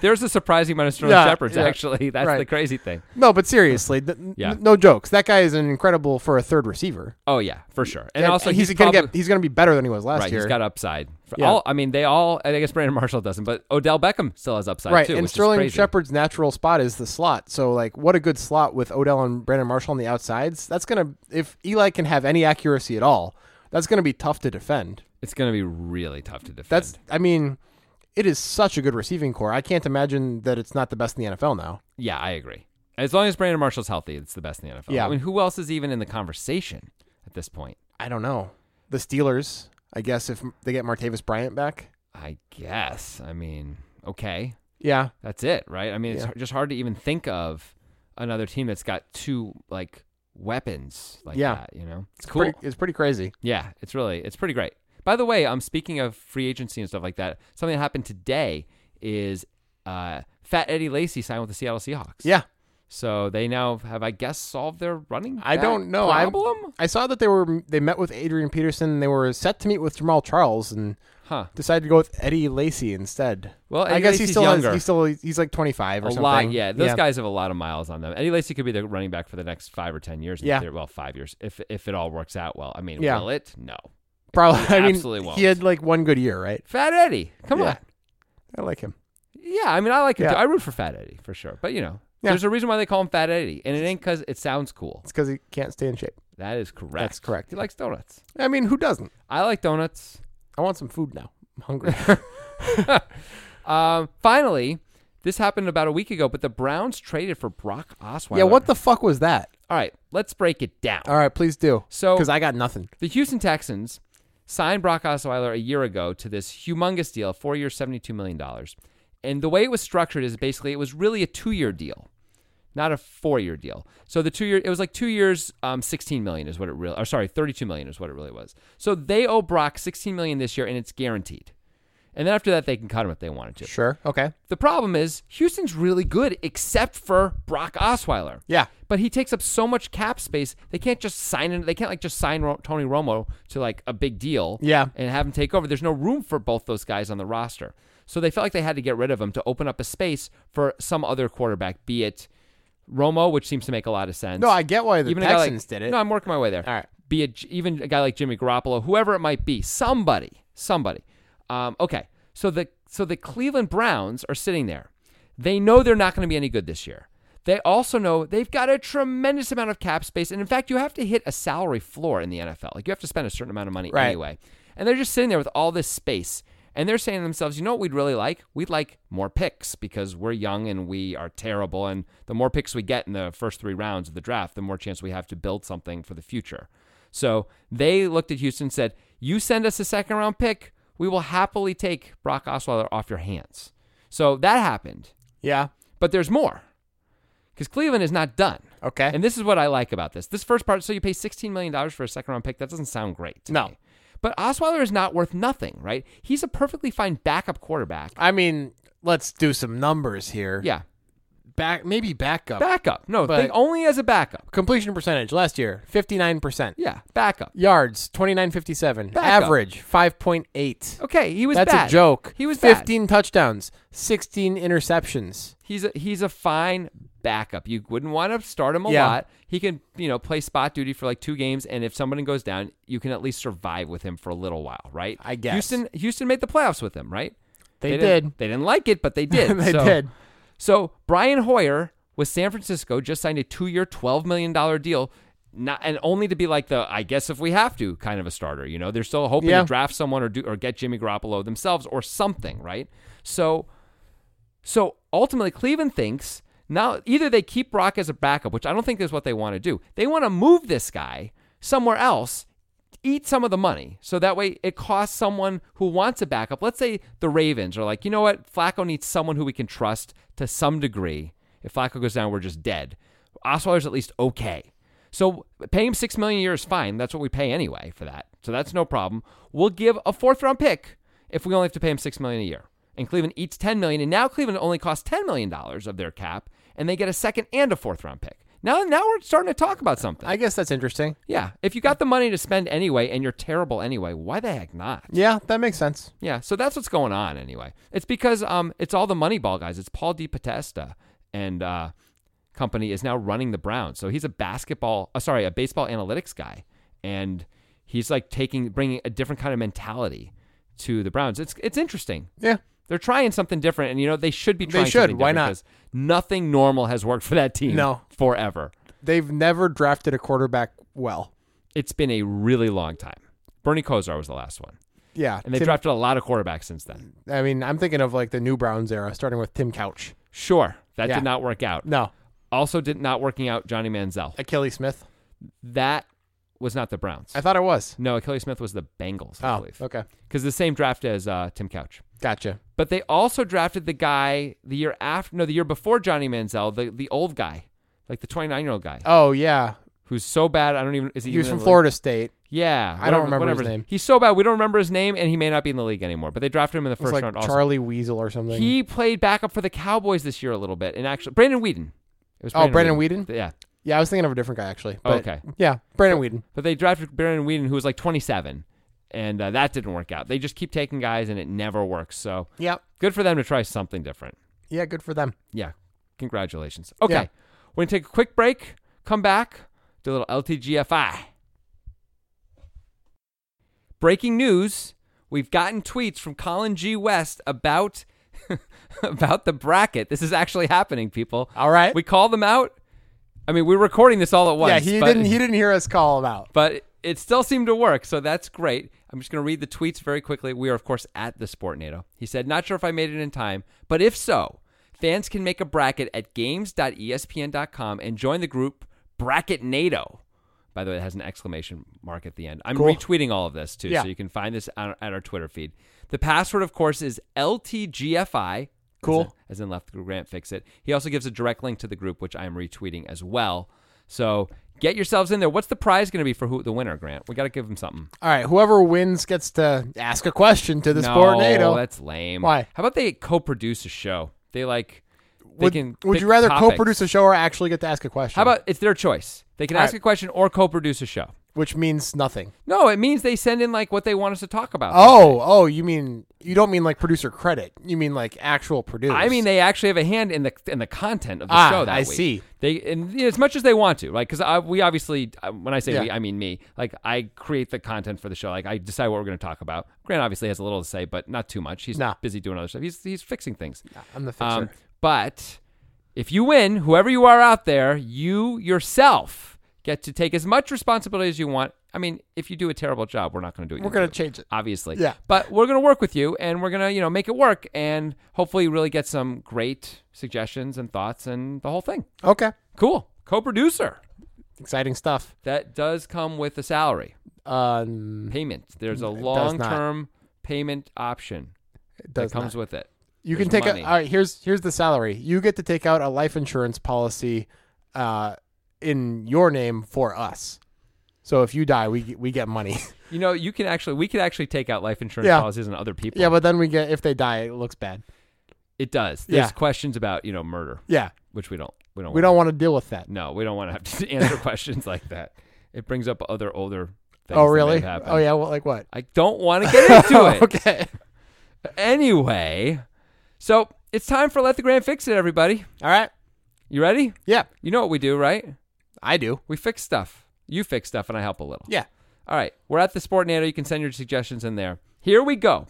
A: There's a surprising amount of Sterling
B: Yeah,
A: Shepherds.
B: yeah.
A: Actually, <laughs> that's
B: Right.
A: the crazy thing.
B: no, but seriously, th- n-
A: Yeah.
B: no jokes. That guy is an incredible for a third receiver.
A: Oh yeah, for sure. And, also,
B: he's,
A: he's,
B: gonna
A: probably,
B: get he's gonna be better than he was last
A: right.
B: year.
A: He's got upside. For
B: Yeah.
A: All I mean, they all. I guess Brandon Marshall doesn't, but Odell Beckham still has upside
B: right,
A: too.
B: and
A: which is
B: Sterling
A: crazy.
B: Shepard's natural spot is the slot. So like, what a good slot with Odell and Brandon Marshall on the outsides. That's gonna if Eli can have any accuracy at all, that's gonna be tough to defend.
A: It's going to be really tough to defend.
B: That's I mean, it is such a good receiving core. I can't imagine that it's not the best in the NFL now.
A: yeah, I agree. As long as Brandon Marshall's healthy, it's the best in the NFL.
B: Yeah.
A: I mean, who else is even in the conversation at this point?
B: I don't know the Steelers. I guess if they get Martavis Bryant back,
A: I guess. I mean, okay,
B: yeah,
A: that's it, right? I mean, it's
B: Yeah.
A: h- just hard to even think of another team that's got two like weapons like
B: Yeah.
A: that. You know, it's
B: it's
A: cool.
B: pretty, it's pretty crazy.
A: Yeah, it's really it's pretty great. By the way, I'm um, speaking of free agency and stuff like that. Something that happened today is uh, Fat Eddie Lacy signed with the Seattle Seahawks.
B: Yeah,
A: So they now have, I guess, solved their running.
B: I
A: back
B: don't know. I'm-
A: Problem?
B: I saw that they were they met with Adrian Peterson. And they were set to meet with Jamal Charles and
A: Huh.
B: decided to go with Eddie Lacy instead.
A: Well,
B: I
A: Eddie
B: guess
A: Lacy's
B: he's still
A: younger.
B: he's still he's like 25 or
A: a
B: something.
A: lot. Yeah, those guys have a lot of miles on them. Eddie Lacy could be the running back for the next five or ten years. in
B: Yeah.
A: theory- Well, five years if if it all works out well. I mean,
B: Yeah.
A: will it? No.
B: probably. I mean,
A: absolutely won't.
B: he had like one good year, right?
A: Fat Eddie, come
B: Yeah.
A: on.
B: I like him.
A: Yeah, I mean, I like him
B: Yeah.
A: too. I root for Fat Eddie for sure. But you know,
B: Yeah.
A: there's a reason why they call him Fat Eddie, and it ain't because it sounds cool.
B: It's because he can't stay in shape.
A: That is correct.
B: That's correct.
A: He likes donuts.
B: I mean, who doesn't?
A: I like donuts.
B: I want some food now. I'm
A: <laughs>
B: hungry.
A: Um, finally, this happened about a week ago, but the Browns traded for Brock Osweiler.
B: yeah, what the fuck was that?
A: All right, let's break it down.
B: All right, please do.
A: So-
B: because I got nothing.
A: The Houston Texans signed Brock Osweiler a year ago to this humongous deal, four years, $72 million. And the way it was structured is basically it was really a two year deal, not a four year deal. So the two year, it was like two years, um, $16 million is what it really, or sorry, $32 million is what it really was. So they owe Brock $16 million this year and it's guaranteed. And then after that, they can cut him if they wanted to.
B: Sure. Okay.
A: The problem is Houston's really good except for Brock Osweiler.
B: Yeah.
A: But he takes up so much cap space. They can't just sign in. They can't like just sign Ro- Tony Romo to like a big deal.
B: Yeah.
A: And have him take over. There's no room for both those guys on the roster. So they felt like they had to get rid of him to open up a space for some other quarterback, be it Romo, which seems to make a lot of sense.
B: No, I get why the
A: Even a guy like-
B: Texans did it.
A: No, I'm working my way there.
B: All right.
A: Be it j- even a guy like Jimmy Garoppolo, whoever it might be, somebody, somebody. Um, okay, so the so the Cleveland Browns are sitting there. They know they're not going to be any good this year. They also know they've got a tremendous amount of cap space, and in fact, you have to hit a salary floor in the NFL. Like you have to spend a certain amount of money
B: Right.
A: anyway, and they're just sitting there with all this space. And they're saying to themselves, you know what we'd really like? We'd like more picks because we're young and we are terrible. And the more picks we get in the first three rounds of the draft, the more chance we have to build something for the future. So they looked at Houston and said, You send us a second round pick, we will happily take Brock Osweiler off your hands. So that happened.
B: yeah.
A: But there's more because Cleveland is not done.
B: Okay.
A: And this is what I like about this. This first part, so you pay $16 million for a second round pick. That doesn't sound great. to
B: No.
A: me. But Osweiler is not worth nothing, right? He's a perfectly fine backup quarterback.
B: I mean, let's do some numbers here.
A: Yeah.
B: Back maybe backup.
A: Backup. No,
B: But-
A: think only as a backup.
B: Completion percentage last year, 59%.
A: Yeah, backup.
B: Yards, 2957.
A: Backup.
B: Average, 5.8.
A: Okay, he was
B: That's
A: bad.
B: a joke.
A: He was bad.
B: 15 touchdowns, 16 interceptions.
A: He's a, he's a fine backup. You wouldn't want to start him a
B: Yeah.
A: lot. He can, you know, play spot duty for like two games, and if somebody goes down, you can at least survive with him for a little while, right?
B: I guess.
A: Houston Houston made the playoffs with him, right?
B: They
A: didn't-
B: did.
A: They didn't like it,
B: <laughs>
A: but they did.
B: They
A: So-
B: did.
A: So Brian Hoyer with San Francisco just signed a two-year, twelve million dollar deal, not and only to be like the I guess if we have to kind of a starter. You know, they're still hoping
B: Yeah.
A: to draft someone or do or get Jimmy Garoppolo themselves or something, right? So, so ultimately, Cleveland thinks now either they keep Brock as a backup, which I don't think is what they want to do. They want to move this guy somewhere else eat some of the money. So that way it costs someone who wants a backup. Let's say the Ravens are like, you know what? Flacco needs someone who we can trust to some degree. If Flacco goes down, we're just dead. Osweiler's at least okay. So pay him six million a year is fine. That's what we pay anyway for that. So that's no problem. We'll give a fourth round pick if we only have to pay him six million a year. And Cleveland eats ten million, and now Cleveland only costs ten million dollars of their cap, and they get a second and a fourth round pick. Now, now we're starting to talk about something.
B: I guess that's interesting.
A: Yeah. If you got the money to spend anyway and you're terrible anyway, why the heck not?
B: Yeah, that makes sense.
A: Yeah. So that's what's going on anyway. It's because um it's all the money ball guys. It's Paul DePotesta and uh company is now running the Browns. So he's a basketball, uh, sorry, a baseball analytics guy and he's like taking bringing a different kind of mentality to the Browns. It's it's interesting.
B: Yeah.
A: They're trying something different and you know they should be trying
B: should.
A: something
B: Why
A: different
B: not?
A: because nothing normal has worked for that team
B: No.
A: forever.
B: They've never drafted a quarterback well.
A: It's been a really long time. Bernie Kosar was the last one.
B: Yeah.
A: And they
B: Tim-
A: drafted a lot of quarterbacks since then.
B: I mean, I'm thinking of like the new Browns era, starting with Tim Couch.
A: Sure, that
B: Yeah.
A: did not work out.
B: No,
A: Also, did not working out Johnny Manziel.
B: Achilles Smith.
A: That was not the Browns.
B: I thought it was.
A: no, Achilles Smith was the Bengals, I
B: Oh,
A: believe,
B: okay.
A: because the same draft as uh, Tim Couch.
B: Gotcha.
A: But they also drafted the guy the year after, no, the year before Johnny Manziel, the the old guy, like the 29 year old guy,
B: Oh, yeah.
A: who's so bad. I don't even. Is he,
B: He was
A: even in
B: from
A: the league?
B: Florida State.
A: Yeah,
B: I don't
A: whatever-
B: remember his
A: whatever
B: name.
A: He's so bad. We don't remember his name, and he may not be in the league anymore. But they drafted him in the
B: It's
A: first
B: like
A: round. also.
B: Charlie Weasel or something.
A: He played backup for the Cowboys this year a little bit, and actually Brandon Whedon. It was
B: oh, Brandon Whedon?
A: Yeah,
B: Yeah, I was thinking of a different guy, actually.
A: Oh,
B: But
A: okay.
B: Yeah, Brandon Whedon.
A: but they drafted Brandon Whedon, who was like 27, and uh, that didn't work out. They just keep taking guys, and it never works. So
B: Yep.
A: good for them to try something different.
B: Yeah, good for them.
A: Yeah, congratulations. Okay,
B: Yeah.
A: we're gonna take a quick break. Come back, do a little LTGFI. Breaking news: We've gotten tweets from Colin G. West about <laughs> about the bracket. This is actually happening, people.
B: All right.
A: we call them out. I mean, we're recording this all at once.
B: yeah, he
A: but,
B: didn't. He didn't hear us call him out.
A: But it still seemed to work, so that's great. I'm just going to read the tweets very quickly. We are, of course, at the Sport NATO. He said, "Not sure if I made it in time, but if so, fans can make a bracket at E games.espn.com and join the group Bracket NATO." By the way, it has an exclamation mark at the end. I'm retweeting all of this too,
B: Yeah.
A: so you can find this on- at our Twitter feed. The password, of course, is LTGFI.
B: Cool.
A: As in, as in left Grant fix it. He also gives a direct link to the group, which I am retweeting as well. So get yourselves in there. What's the prize going to be for who the winner, Grant? We got to give him something.
B: All right. Whoever wins gets to ask a question to the sport NATO.
A: that's lame.
B: Why?
A: How about they co-produce a show? They like. They
B: would,
A: can
B: would
A: pick
B: you rather
A: topics.
B: co-produce a show or actually get to ask a question?
A: How about it's their choice? They can
B: All
A: ask
B: right.
A: a question or co-produce a show.
B: which means nothing?
A: No, it means they send in like what they want us to talk about.
B: Oh, oh, you mean you don't mean like producer credit? You mean like actual producer?
A: I mean, they actually have a hand in the in the content of the
B: Ah,
A: show. That
B: I
A: week.
B: see.
A: They and you know, as much as they want to, like because I we obviously uh, when I say
B: Yeah.
A: we, I mean me. Like I create the content for the show. Like I decide what we're going to talk about. Grant obviously has a little to say, but not too much. He's
B: Nah.
A: busy doing other stuff. He's he's fixing things.
B: I'm the fixer.
A: Um, but if you win, whoever you are out there, you yourself get to take as much responsibility as you want. I mean, if you do a terrible job, we're not going to do it.
B: We're gonna change it.
A: obviously.
B: Yeah.
A: But we're going to work with you and we're going to, you know, make it work and hopefully really get some great suggestions and thoughts and the whole thing.
B: Okay,
A: Cool. Co-producer.
B: exciting stuff.
A: That does come with a salary
B: Um,
A: payment. There's a
B: It does not.
A: long-term payment option
B: it does
A: that comes
B: not.
A: with it.
B: you can
A: there's
B: take.
A: money.
B: A, all right, here's here's the salary. You get to take out a life insurance policy, uh, in your name for us. So if you die, we get- we get money. <laughs>
A: You know, you can actually we could actually take out life insurance
B: Yeah.
A: policies on other people.
B: yeah, but then we get if they die, it looks bad.
A: It does. There's
B: Yeah.
A: questions about you know murder,
B: Yeah,
A: which we don't we don't
B: we
A: wanna-
B: don't want to deal with that.
A: no we don't want to have to <laughs> answer questions like that. It brings up other older. Things
B: Oh
A: that may
B: really?
A: have happened.
B: Oh yeah. Well, like what? Oh,
A: I don't want to get
B: <laughs>
A: into it.
B: okay.
A: Anyway, so it's time for let the grand fix it, everybody.
B: All right.
A: You ready?
B: Yeah,
A: You know what we do, right?
B: I do.
A: We fix stuff. You fix stuff, and I help a little.
B: Yeah.
A: All right, we're at the Sport NATO. You can send your suggestions in there. Here we go.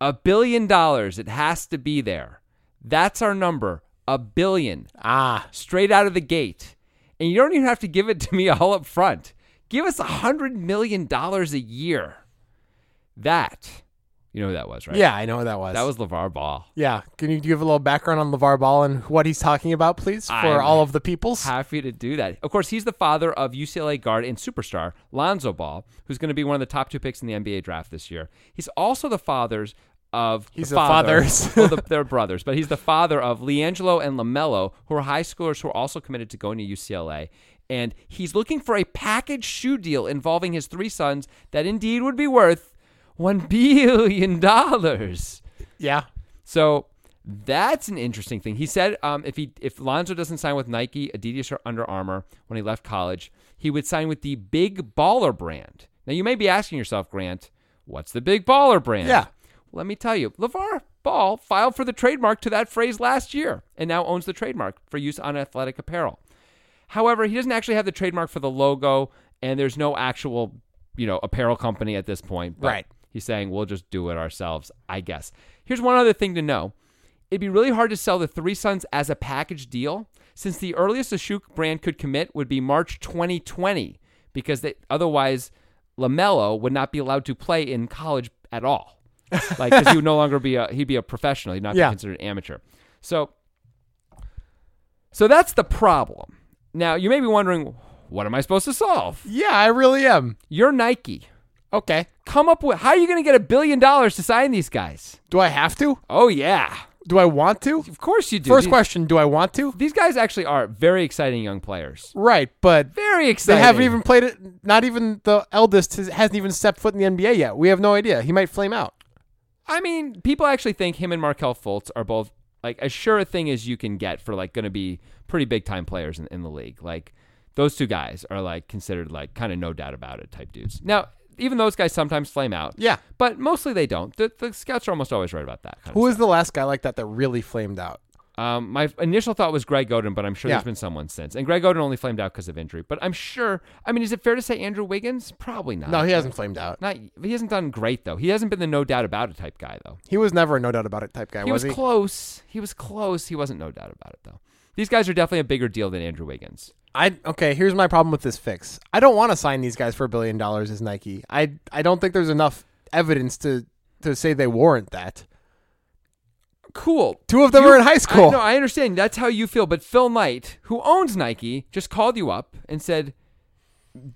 A: A billion dollars. It has to be there. That's our number. A billion
B: Ah,
A: straight out of the gate. And you don't even have to give it to me <laughs> all up front. Give us a hundred million dollars a year. That, you know who that was, right?
B: yeah, I know what that was.
A: That was LeVar Ball.
B: Yeah, can you give a little background on LeVar Ball and what he's talking about, please, for
A: I'm
B: all of the peoples?
A: Happy to do that. Of course, he's the father of UCLA guard and superstar Lonzo Ball, who's going to be one of the top two picks in the NBA draft this year. He's also the fathers of
B: He's
A: the
B: the
A: father- <laughs>
B: fathers.
A: well,
B: <laughs>
A: the, they're brothers, but he's the father of Leangelo and Lamelo, who are high schoolers who are also committed to going to UCLA. And he's looking for a package shoe deal involving his three sons that indeed would be worth one billion dollars.
B: yeah,
A: So that's an interesting thing. He said um, if he if Lonzo doesn't sign with Nike, Adidas, or Under Armour when he left college, he would sign with the Big Baller brand. Now you may be asking yourself, Grant, what's the Big Baller brand?
B: Yeah.
A: Let me tell you, LeVar Ball filed for the trademark to that phrase last year and now owns the trademark for use on athletic apparel. However, he doesn't actually have the trademark for the logo, and there's no actual, you know, apparel company at this point. But
B: Right.
A: He's saying we'll just do it ourselves, I guess. Here's one other thing to know: it'd be really hard to sell the Three Sons as a package deal, since the earliest the shoe brand could commit would be March 2020, because they, otherwise Lamelo would not be allowed to play in college at all, like because he would no longer be a he'd be a professional, he'd not
B: Yeah.
A: be considered an amateur. So so that's the problem. Now, you may be wondering, what am I supposed to solve?
B: yeah, I really am.
A: You're Nike.
B: Okay,
A: Come up with how are you going to get a billion dollars to sign these guys?
B: do I have to?
A: Oh yeah.
B: Do I want to?
A: Of course you do.
B: First
A: these,
B: question: Do I want to?
A: These guys actually are very exciting young players.
B: Right, but
A: Very
B: they
A: exciting.
B: haven't even played it. Not even the eldest has, hasn't even stepped foot in the NBA yet. We have no idea. He might flame out.
A: I mean, people actually think him and Markel Fultz are both like as sure a thing as you can get for like going to be pretty big time players in, in the league. Like those two guys are like considered like kind of no doubt about it type dudes. Now, even those guys sometimes flame out.
B: Yeah.
A: but mostly they don't. The, the scouts are almost always right about that. Kind
B: Who was the last guy like that that really flamed out?
A: of. Um, my initial thought was Greg Oden, but I'm sure there's
B: Yeah.
A: been someone since. And Greg Oden only flamed out because of injury. But I'm sure. I mean, is it fair to say Andrew Wiggins? Probably not.
B: No, he hasn't flamed out.
A: Not he hasn't done great though. He hasn't been the no doubt about it type guy though.
B: He was never a no doubt about it type guy,
A: He was
B: he?
A: close. He was close. He wasn't no doubt about it though. These guys are definitely a bigger deal than Andrew Wiggins.
B: I okay. Here's my problem with this fix. I don't want to sign these guys for a billion dollars as Nike. I I don't think there's enough evidence to to say they warrant that.
A: Cool.
B: Two of them
A: You-
B: are in high school.
A: I, no, I understand. That's how you feel. But Phil Knight, who owns Nike, just called you up and said,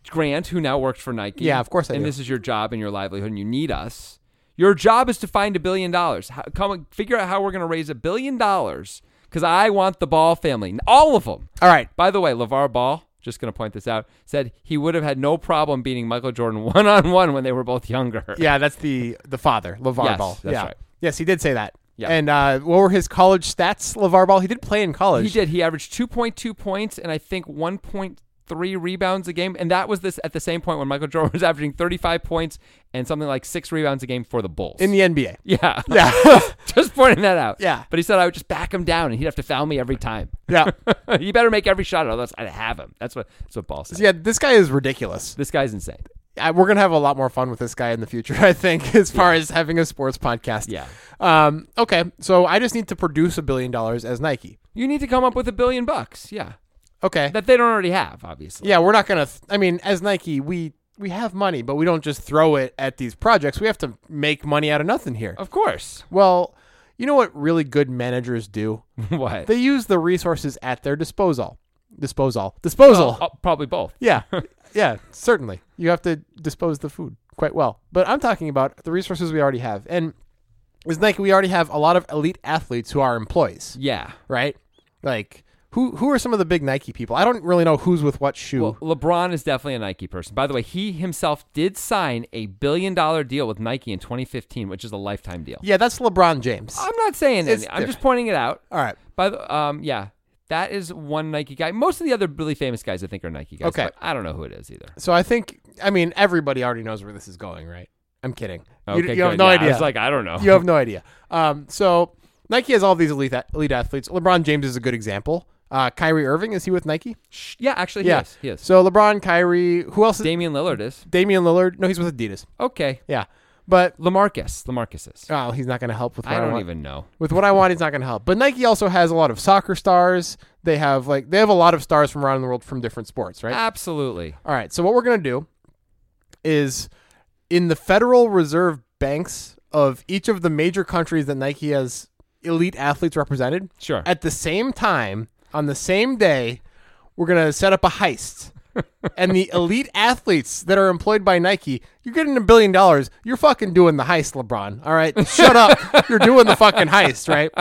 A: Grant, who now works for Nike.
B: Yeah, of course I
A: And
B: do.
A: this is your job and your livelihood, and you need us. Your job is to find a billion dollars. How, come and figure out how we're going to raise a billion dollars because I want the Ball family, all of them.
B: All right.
A: By the way, LeVar Ball, just going to point this out, said he would have had no problem beating Michael Jordan <laughs> one on one when they were both younger.
B: Yeah, that's the the father, LeVar
A: Yes,
B: Ball.
A: that's
B: yeah.
A: right.
B: Yes, he did say that.
A: Yeah.
B: And uh, what were his college stats, LeVar Ball? He did play in college.
A: He did. He averaged 2.2 points and I think 1.3 rebounds a game. And that was this at the same point when Michael <laughs> Jordan was averaging 35 points and something like six rebounds a game for the Bulls.
B: in the NBA.
A: <laughs> yeah.
B: Yeah.
A: <laughs>
B: <laughs>
A: just pointing that out.
B: Yeah.
A: But he said I would just back him down and he'd have to foul me every time. <laughs>
B: yeah.
A: you better make every shot, otherwise I'd have him. That's what that's what Ball said.
B: Yeah, this guy is ridiculous.
A: This guy's insane.
B: I, we're gonna have a lot more fun with this guy in the future, <laughs> I think, as far as having a sports podcast.
A: Yeah.
B: Um, okay, so I just need to produce a billion dollars as Nike.
A: You need to come up with a billion bucks. Yeah.
B: Okay.
A: That they don't already have, obviously.
B: yeah, we're not gonna. Th- I mean, as Nike, we we have money, but we don't just throw it at these projects. We have to make money out of nothing here.
A: Of course. <laughs>
B: Well, you know what really good managers do?
A: what?
B: They use the resources at their disposal. Disposal. Disposal.
A: Oh, probably both.
B: <laughs> Yeah. yeah, certainly. You have to dispose the food quite well. But I'm talking about the resources we already have. And with Nike, we already have a lot of elite athletes who are employees,
A: Yeah.
B: right? Like who who are some of the big Nike people? I don't really know who's with what shoe.
A: Well, LeBron is definitely a Nike person. By the way, he himself did sign a billion dollar deal with Nike in 2015, which is a lifetime deal.
B: yeah, that's LeBron James.
A: I'm not saying
B: It's
A: any, I'm
B: diff-
A: just pointing it out.
B: All right.
A: By the um, yeah, that is one Nike guy. Most of the other really famous guys, I think, are Nike guys.
B: Okay.
A: but I don't know who it is either.
B: So I think I mean everybody already knows where this is going, right? I'm kidding. You-
A: Okay,
B: you, have
A: good.
B: no
A: <laughs> Yeah, I
B: idea.
A: was like, I don't know.
B: you have no idea. Um, so Nike has all these elite elite athletes. LeBron James is a good example. Uh, Kyrie Irving is he with Nike?
A: Sh- Yeah, actually,
B: Yeah.
A: yes, yes.
B: So LeBron, Kyrie, who else? Is,
A: Damian Lillard is
B: Damian Lillard? No, he's with Adidas.
A: okay.
B: Yeah, but
A: Lamarcus, Lamarcus is.
B: oh, he's not going to help with what
A: I
B: I,
A: don't
B: want.
A: even know.
B: With what I want, he's not going to help. But Nike also has a lot of soccer stars. They have like they have a lot of stars from around the world from different sports, right?
A: Absolutely.
B: All right. So what we're going to do is in the Federal Reserve banks of each of the major countries that Nike has elite athletes represented
A: Sure.
B: at the same time on the same day we're going to set up
A: <laughs>
B: a heist. and the elite athletes that are employed by Nike, you're getting a billion dollars. You're fucking doing the heist, LeBron. All
A: <laughs>
B: right, shut up. You're doing the fucking heist, right?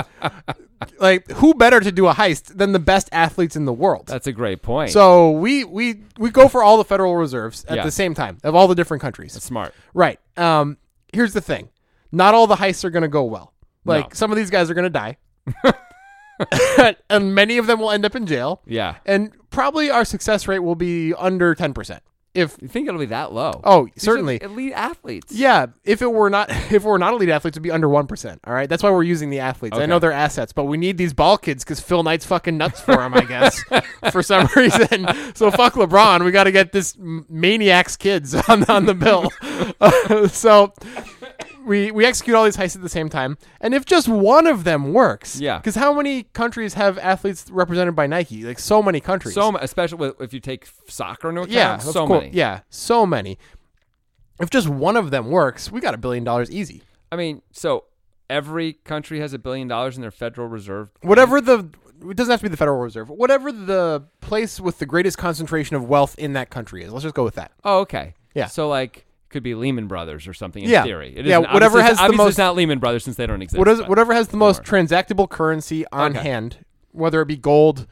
B: Like, who better to do a heist than the best athletes in the world?
A: That's a great point.
B: So we we we go for all the Federal Reserves at
A: Yeah.
B: the same time of all the different countries.
A: smart.
B: Right. Um. Here's the thing: not all the heists are going to go well. Like
A: No.
B: some of these guys are going to die, <laughs> and many of them will end up in jail.
A: Yeah.
B: And probably our success rate will be under ten percent. If
A: You think it'll be that low?
B: oh,
A: These are
B: certainly.
A: elite athletes.
B: Yeah, if it were not <laughs> if it were not elite athletes, it'd be under one percent. All right, that's why we're using the athletes. I
A: Okay.
B: know they're assets, but we need these ball kids because Phil Knight's fucking nuts for them,
A: <laughs>
B: I guess, for some reason. So fuck LeBron. We got to get this m- maniacs kids <laughs> on on the bill. Uh, so we we execute all these heists at the same time, and if just one of them works,
A: Yeah.
B: because how many countries have athletes represented by Nike? Like so many countries.
A: So, mu- especially with, if you take soccer into account,
B: yeah, of
A: so
B: cour-
A: many.
B: Yeah, so many. If just one of them works, we got a billion dollars easy.
A: I mean, so every country has a billion dollars in their Federal Reserve.
B: whatever the it doesn't have to be the Federal Reserve. Whatever the place with the greatest concentration of wealth in that country is. Let's just go with that.
A: Oh, okay.
B: Yeah.
A: So like, could be Lehman Brothers or something in
B: Yeah.
A: theory.
B: Yeah,
A: isn't- obviously
B: whatever
A: it's-
B: has the
A: obviously it's
B: most-
A: not Lehman Brothers since they don't exist.
B: What is,
A: but-
B: whatever has the most
A: Or-
B: transactable currency on
A: Okay.
B: hand, whether it be gold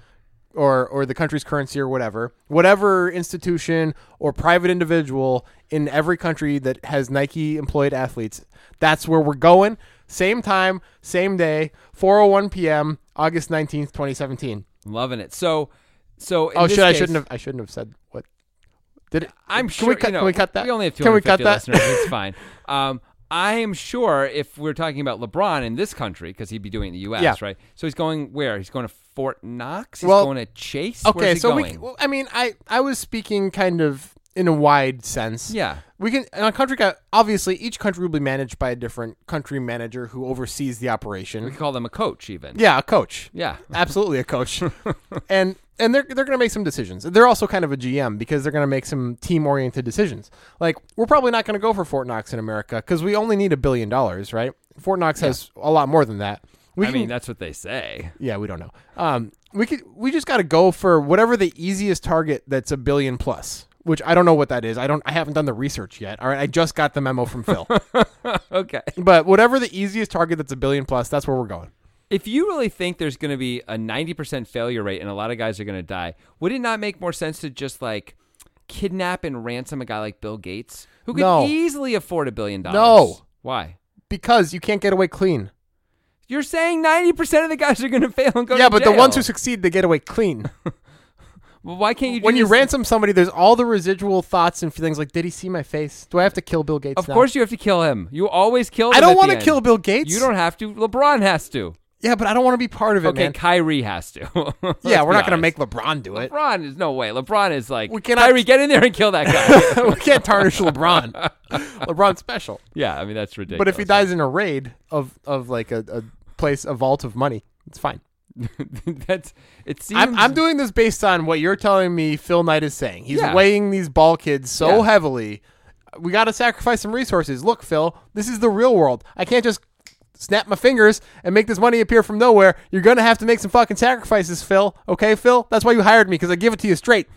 B: or or the country's currency or whatever, whatever institution or private individual in every country that has Nike employed athletes, that's where we're going. Same time, same day, 4:01 p.m., August 19th, 2017.
A: loving it. So, so in
B: Oh
A: this
B: shit! I
A: case-
B: shouldn't have. I shouldn't have said what. Did it?
A: I'm
B: can
A: sure.
B: We cut,
A: you know,
B: can we cut that?
A: We only have
B: Can we cut
A: 250
B: that?
A: listeners. It's fine. <laughs> Um, I am sure if we're talking about LeBron in this country, because he'd be doing it in the U.S.,
B: Yeah.
A: right? So he's going where? He's going to Fort Knox. He's
B: Well,
A: going to Chase.
B: Okay,
A: Where's he
B: so we.
A: going?
B: well, I mean, I I was speaking kind of in a wide sense.
A: yeah,
B: We can on a country ca- obviously each country will be managed by a different country manager who oversees the
A: we
B: operation.
A: could call them a coach even.
B: Yeah, a coach.
A: Yeah.
B: Absolutely a coach. <laughs> and and they're they're going to make some decisions. They're also kind of a GM because they're going to make some team-oriented decisions. Like we're probably not going to go for Fort Knox in America cuz we only need a billion dollars, right? Fort Knox has a lot more than that. We
A: I
B: can
A: mean, that's what they say. <laughs>
B: Yeah, we don't know. Um, we could we just got to go for whatever the easiest target that's a billion plus. Which I don't know what that is. I don't. I haven't done the research yet. All right, I just got the memo from <laughs> Phil.
A: Okay.
B: but whatever the easiest target that's a billion plus, that's where we're going.
A: If you really think there's going to be a 90% failure rate and a lot of guys are going to die, would it not make more sense to just like kidnap and ransom a guy like Bill Gates who could
B: No.
A: easily afford a billion dollars?
B: No.
A: Why?
B: Because you can't get away clean.
A: You're saying 90% of the guys are going to <laughs> fail and go
B: yeah,
A: to
B: but the
A: jail.
B: ones who succeed, they get away clean.
A: Well, why can't <laughs> you do
B: when you
A: this-
B: ransom somebody, there's all the residual thoughts and feelings like, did he see my face? Do I have to kill Bill Gates?
A: Of
B: now?
A: course you have to kill him. You always kill him.
B: I don't
A: want
B: want to kill Bill Gates.
A: You don't have to. LeBron has to.
B: Yeah, but I don't want to be part of it,
A: Okay,
B: man.
A: Kyrie has to. <laughs>
B: Yeah, we're
A: going to
B: not gonna make LeBron
A: <laughs>
B: do it. <laughs>
A: LeBron is no way. LeBron is like,
B: We cannot-
A: Kyrie, get in there and kill that
B: <laughs>
A: guy.
B: we can't tarnish
A: <laughs>
B: LeBron. LeBron's special.
A: yeah, I mean, that's ridiculous.
B: But if he dies in a raid of of like a, a place, a vault of money, it's fine.
A: <laughs> That's it seems
B: I'm, I'm doing this based on what you're telling me Phil Knight is saying. He's
A: Yeah.
B: weighing these ball kids so
A: Yeah.
B: heavily. We got to sacrifice some resources. Look, Phil, this is the real world. I can't just snap my fingers and make this money appear from nowhere. You're going to have to make some fucking sacrifices, Phil. Okay, Phil? That's why you hired me, because I give it to you straight.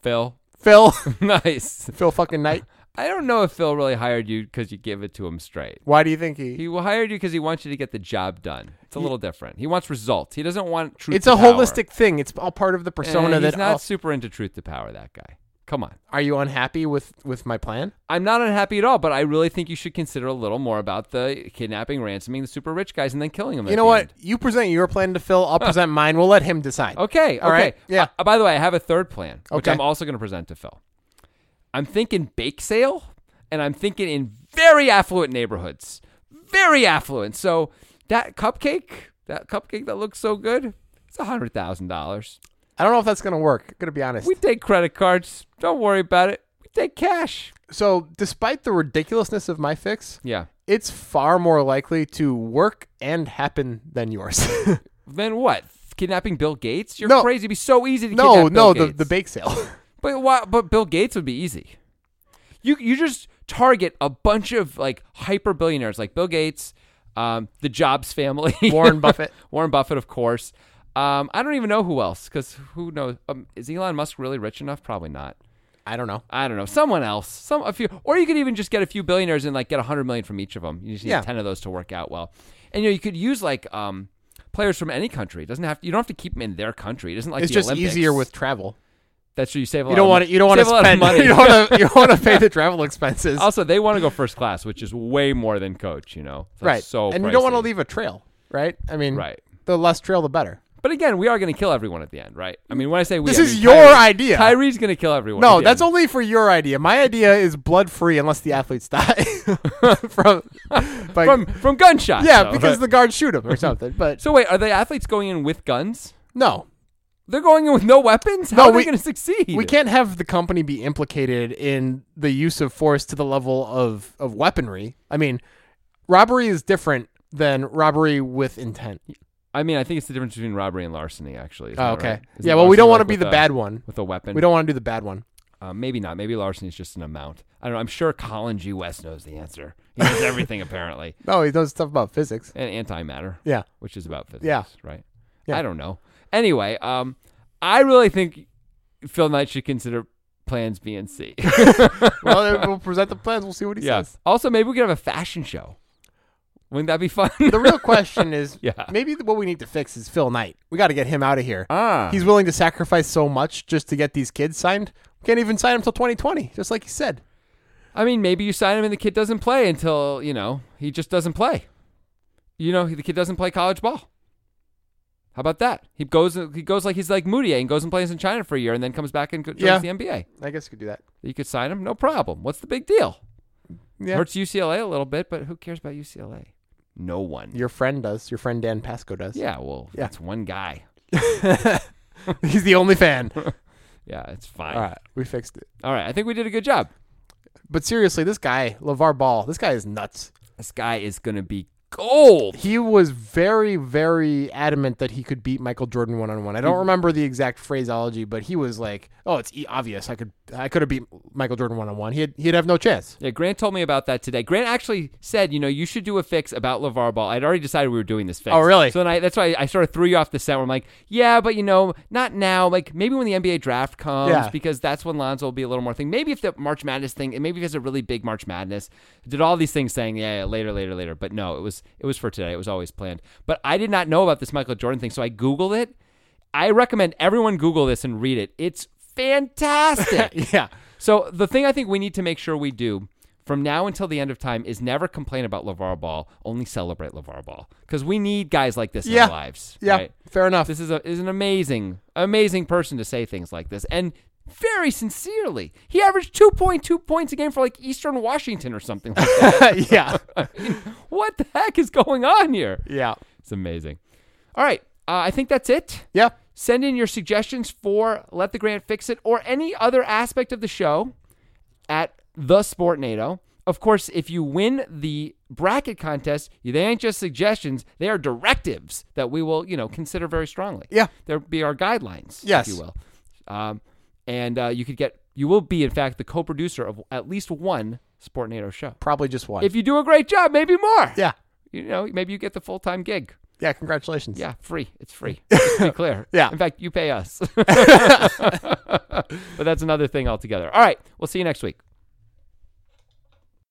A: Phil. <laughs>
B: Phil. <laughs>
A: nice.
B: Phil fucking Knight.
A: I don't know if Phil really hired you because you give it to him straight.
B: Why do you think he.
A: <laughs> He hired you because he wants you to get the job done. It's a little different. He wants results. He doesn't want truth.
B: it's
A: to
B: a
A: power.
B: holistic thing. It's all part of the
A: Eh,
B: persona
A: he's
B: that.
A: not
B: all-
A: super into truth to power. That guy. Come on.
B: are you unhappy with with my plan?
A: I'm not unhappy at all, but I really think you should consider a little more about the kidnapping, ransoming the super rich guys, and then killing them.
B: You know what? You present your plan to Phil. I'll present mine. We'll let him decide.
A: Okay.
B: All
A: okay.
B: right, yeah.
A: Uh, by the way, I have a third plan, which
B: Okay.
A: I'm also going to present to Phil. I'm thinking bake sale, and I'm thinking in very affluent neighborhoods, very affluent. So That cupcake, that cupcake that looks so good, it's a hundred thousand dollars.
B: I don't know if that's going to work. I'm going to be honest.
A: We take credit cards. Don't worry about it. We take cash.
B: so, despite the ridiculousness of my fix,
A: Yeah.
B: it's far more likely to work and happen than yours. <laughs>
A: Then what? Kidnapping Bill Gates? You're
B: No.
A: crazy. It'd be so easy to
B: no,
A: kidnap Bill
B: no, the,
A: Gates.
B: the
A: <laughs>
B: bake sale.
A: But why, but Bill Gates would be easy. You you just target a bunch of like hyper billionaires like Bill Gates, um, the Jobs family, <laughs>
B: Warren Buffett.
A: Warren Buffett, of course. Um, I don't even know who else because who knows? Um, is Elon Musk really rich enough? Probably not.
B: I don't know.
A: I don't know. Someone else, some a few, or you could even just get a few billionaires and like get a hundred million from each of them. You just need
B: Yeah.
A: ten of those to work out well. And you know you could use like um, players from any country. It doesn't have you don't have to keep them in their country. It isn't like
B: it's
A: the
B: just
A: Olympics.
B: easier with travel.
A: That's where you save a
B: You
A: lot.
B: don't
A: of
B: want
A: mon-
B: to. You don't want to
A: save a lot of
B: spend.
A: money.
B: <laughs> You don't want to. You don't want to pay the travel expenses,
A: <laughs> Also, they want to go first class, which is way more than coach. You know, That's
B: right?
A: So
B: and you don't want to
A: pricey.
B: leave a trail, right? I mean,
A: Right.
B: The less trail, the better.
A: But again, we are going to kill everyone at the end, right? I mean, when I say we,
B: This
A: I
B: is
A: mean
B: your
A: Kyrie.
B: idea.
A: Kyrie's going to kill everyone.
B: No,
A: at the
B: that's
A: end.
B: only for your idea. My idea is blood free unless the athletes
A: <laughs>
B: <laughs> die from, by-
A: from from gunshots.
B: yeah,
A: though, <laughs>
B: because
A: right?
B: the guards shoot him or something. But
A: so wait, are the athletes going in with guns?
B: no,
A: They're going in with no weapons. How
B: No,
A: are they
B: we-
A: going to succeed?
B: we can't have the company be implicated in the use of force to the level of of weaponry. I mean, robbery is different than robbery with intent.
A: I mean, I think it's the difference between robbery and larceny. Actually. Isn't
B: Oh,
A: that
B: okay.
A: right? Isn't
B: Yeah, well, we don't
A: larceny
B: want to
A: like
B: be
A: with
B: the
A: a-
B: bad one.
A: with a weapon.
B: We don't want to do the bad one.
A: Uh, maybe not. Maybe larceny is just an amount. I don't know. I'm sure Colin G. West knows the answer. He
B: <laughs>
A: knows everything apparently,
B: No, he knows stuff about physics.
A: and antimatter.
B: Yeah.
A: which is about physics,
B: Yeah.
A: right?
B: Yeah.
A: I don't know. Anyway, um, I really think Phil Knight should consider plans B and
B: <laughs>
A: C.
B: <laughs>
A: <laughs>
B: Well, we'll present the plans. We'll see what he
A: yeah.
B: says.
A: Also, maybe we could have a fashion show. Wouldn't that be
B: <laughs>
A: fun?
B: The real question is
A: <laughs> Yeah.
B: maybe what we need to fix is Phil Knight. We got to get him out of here.
A: ah,
B: He's willing to sacrifice so much just to get these kids signed. We can't even sign him till 2020, just like he said.
A: I mean, maybe you sign him and the kid doesn't play until you know he just doesn't play. You know, he- the kid doesn't play college ball. How about that? He goes. He goes like he's like Moody and goes and plays in China for a year and then comes back and co- joins
B: Yeah.
A: the NBA.
B: I guess you could do that.
A: You could sign him, no problem. What's the big deal?
B: Yeah.
A: Hurts UCLA a little bit, but who cares about UCLA? No one.
B: Your friend does. Your friend Dan Pasco does.
A: Yeah, well,
B: Yeah.
A: that's one guy.
B: <laughs> He's the only fan.
A: Yeah, it's fine.
B: All right, we fixed it.
A: All right, I think we did a good job.
B: But seriously, this guy, LeVar Ball, this guy is nuts.
A: This guy is going to be gold.
B: He was very, very adamant that he could beat Michael Jordan one on one. I
A: Mm-hmm.
B: don't remember the exact phraseology, but he was like, "Oh, it's e- obvious. I could, I could have beat Michael Jordan one on one. He'd, he'd have no chance."
A: Yeah, Grant told me about that today. Grant actually said, you know, you should do a fix about LeVar Ball. I'd already decided we were doing this fix.
B: Oh, really?
A: So then I, that's why I, sort of threw you off the set where I'm like, yeah, but you know, not now. Like maybe when the NBA draft comes,
B: Yeah.
A: because that's when Lonzo will be a little more thing. Maybe if the March Madness thing, and maybe if he has a really big March Madness, did all these things saying, yeah, yeah, later, later, later. But no, it was it was for today. It was always planned. But I did not know about this Michael Jordan thing, so I Googled it. I recommend everyone Google this and read it. It's fantastic.
B: <laughs> Yeah.
A: So the thing I think we need to make sure we do from now until the end of time is never complain about LeVar Ball, only celebrate LeVar Ball because we need guys like this in
B: Yeah.
A: our lives.
B: Yeah.
A: right?
B: Fair enough.
A: This is a is an amazing amazing person to say things like this and very sincerely. He averaged 2.2 points a game for like Eastern Washington or something <laughs> like that.
B: <laughs> yeah.
A: what the heck is going on here?
B: Yeah.
A: It's amazing. All right, uh, I think that's it.
B: Yeah.
A: Send in your suggestions for Let the Grant Fix It or any other aspect of the show at the Sportnado. Of course, if you win the bracket contest, they ain't just suggestions; they are directives that we will, you know, consider very strongly.
B: Yeah.
A: there be our guidelines,
B: Yes.
A: if you will. Um, and uh, you could get, you will be, in fact, the co-producer of at least one Sportnado show.
B: Probably just one.
A: If you do a great job, maybe more.
B: yeah.
A: you know, maybe you get the full-time gig.
B: Yeah. Congratulations.
A: Yeah, free. It's free. Just to be clear.
B: Yeah.
A: In fact, you pay us. but that's another thing altogether. All right. We'll see you next week.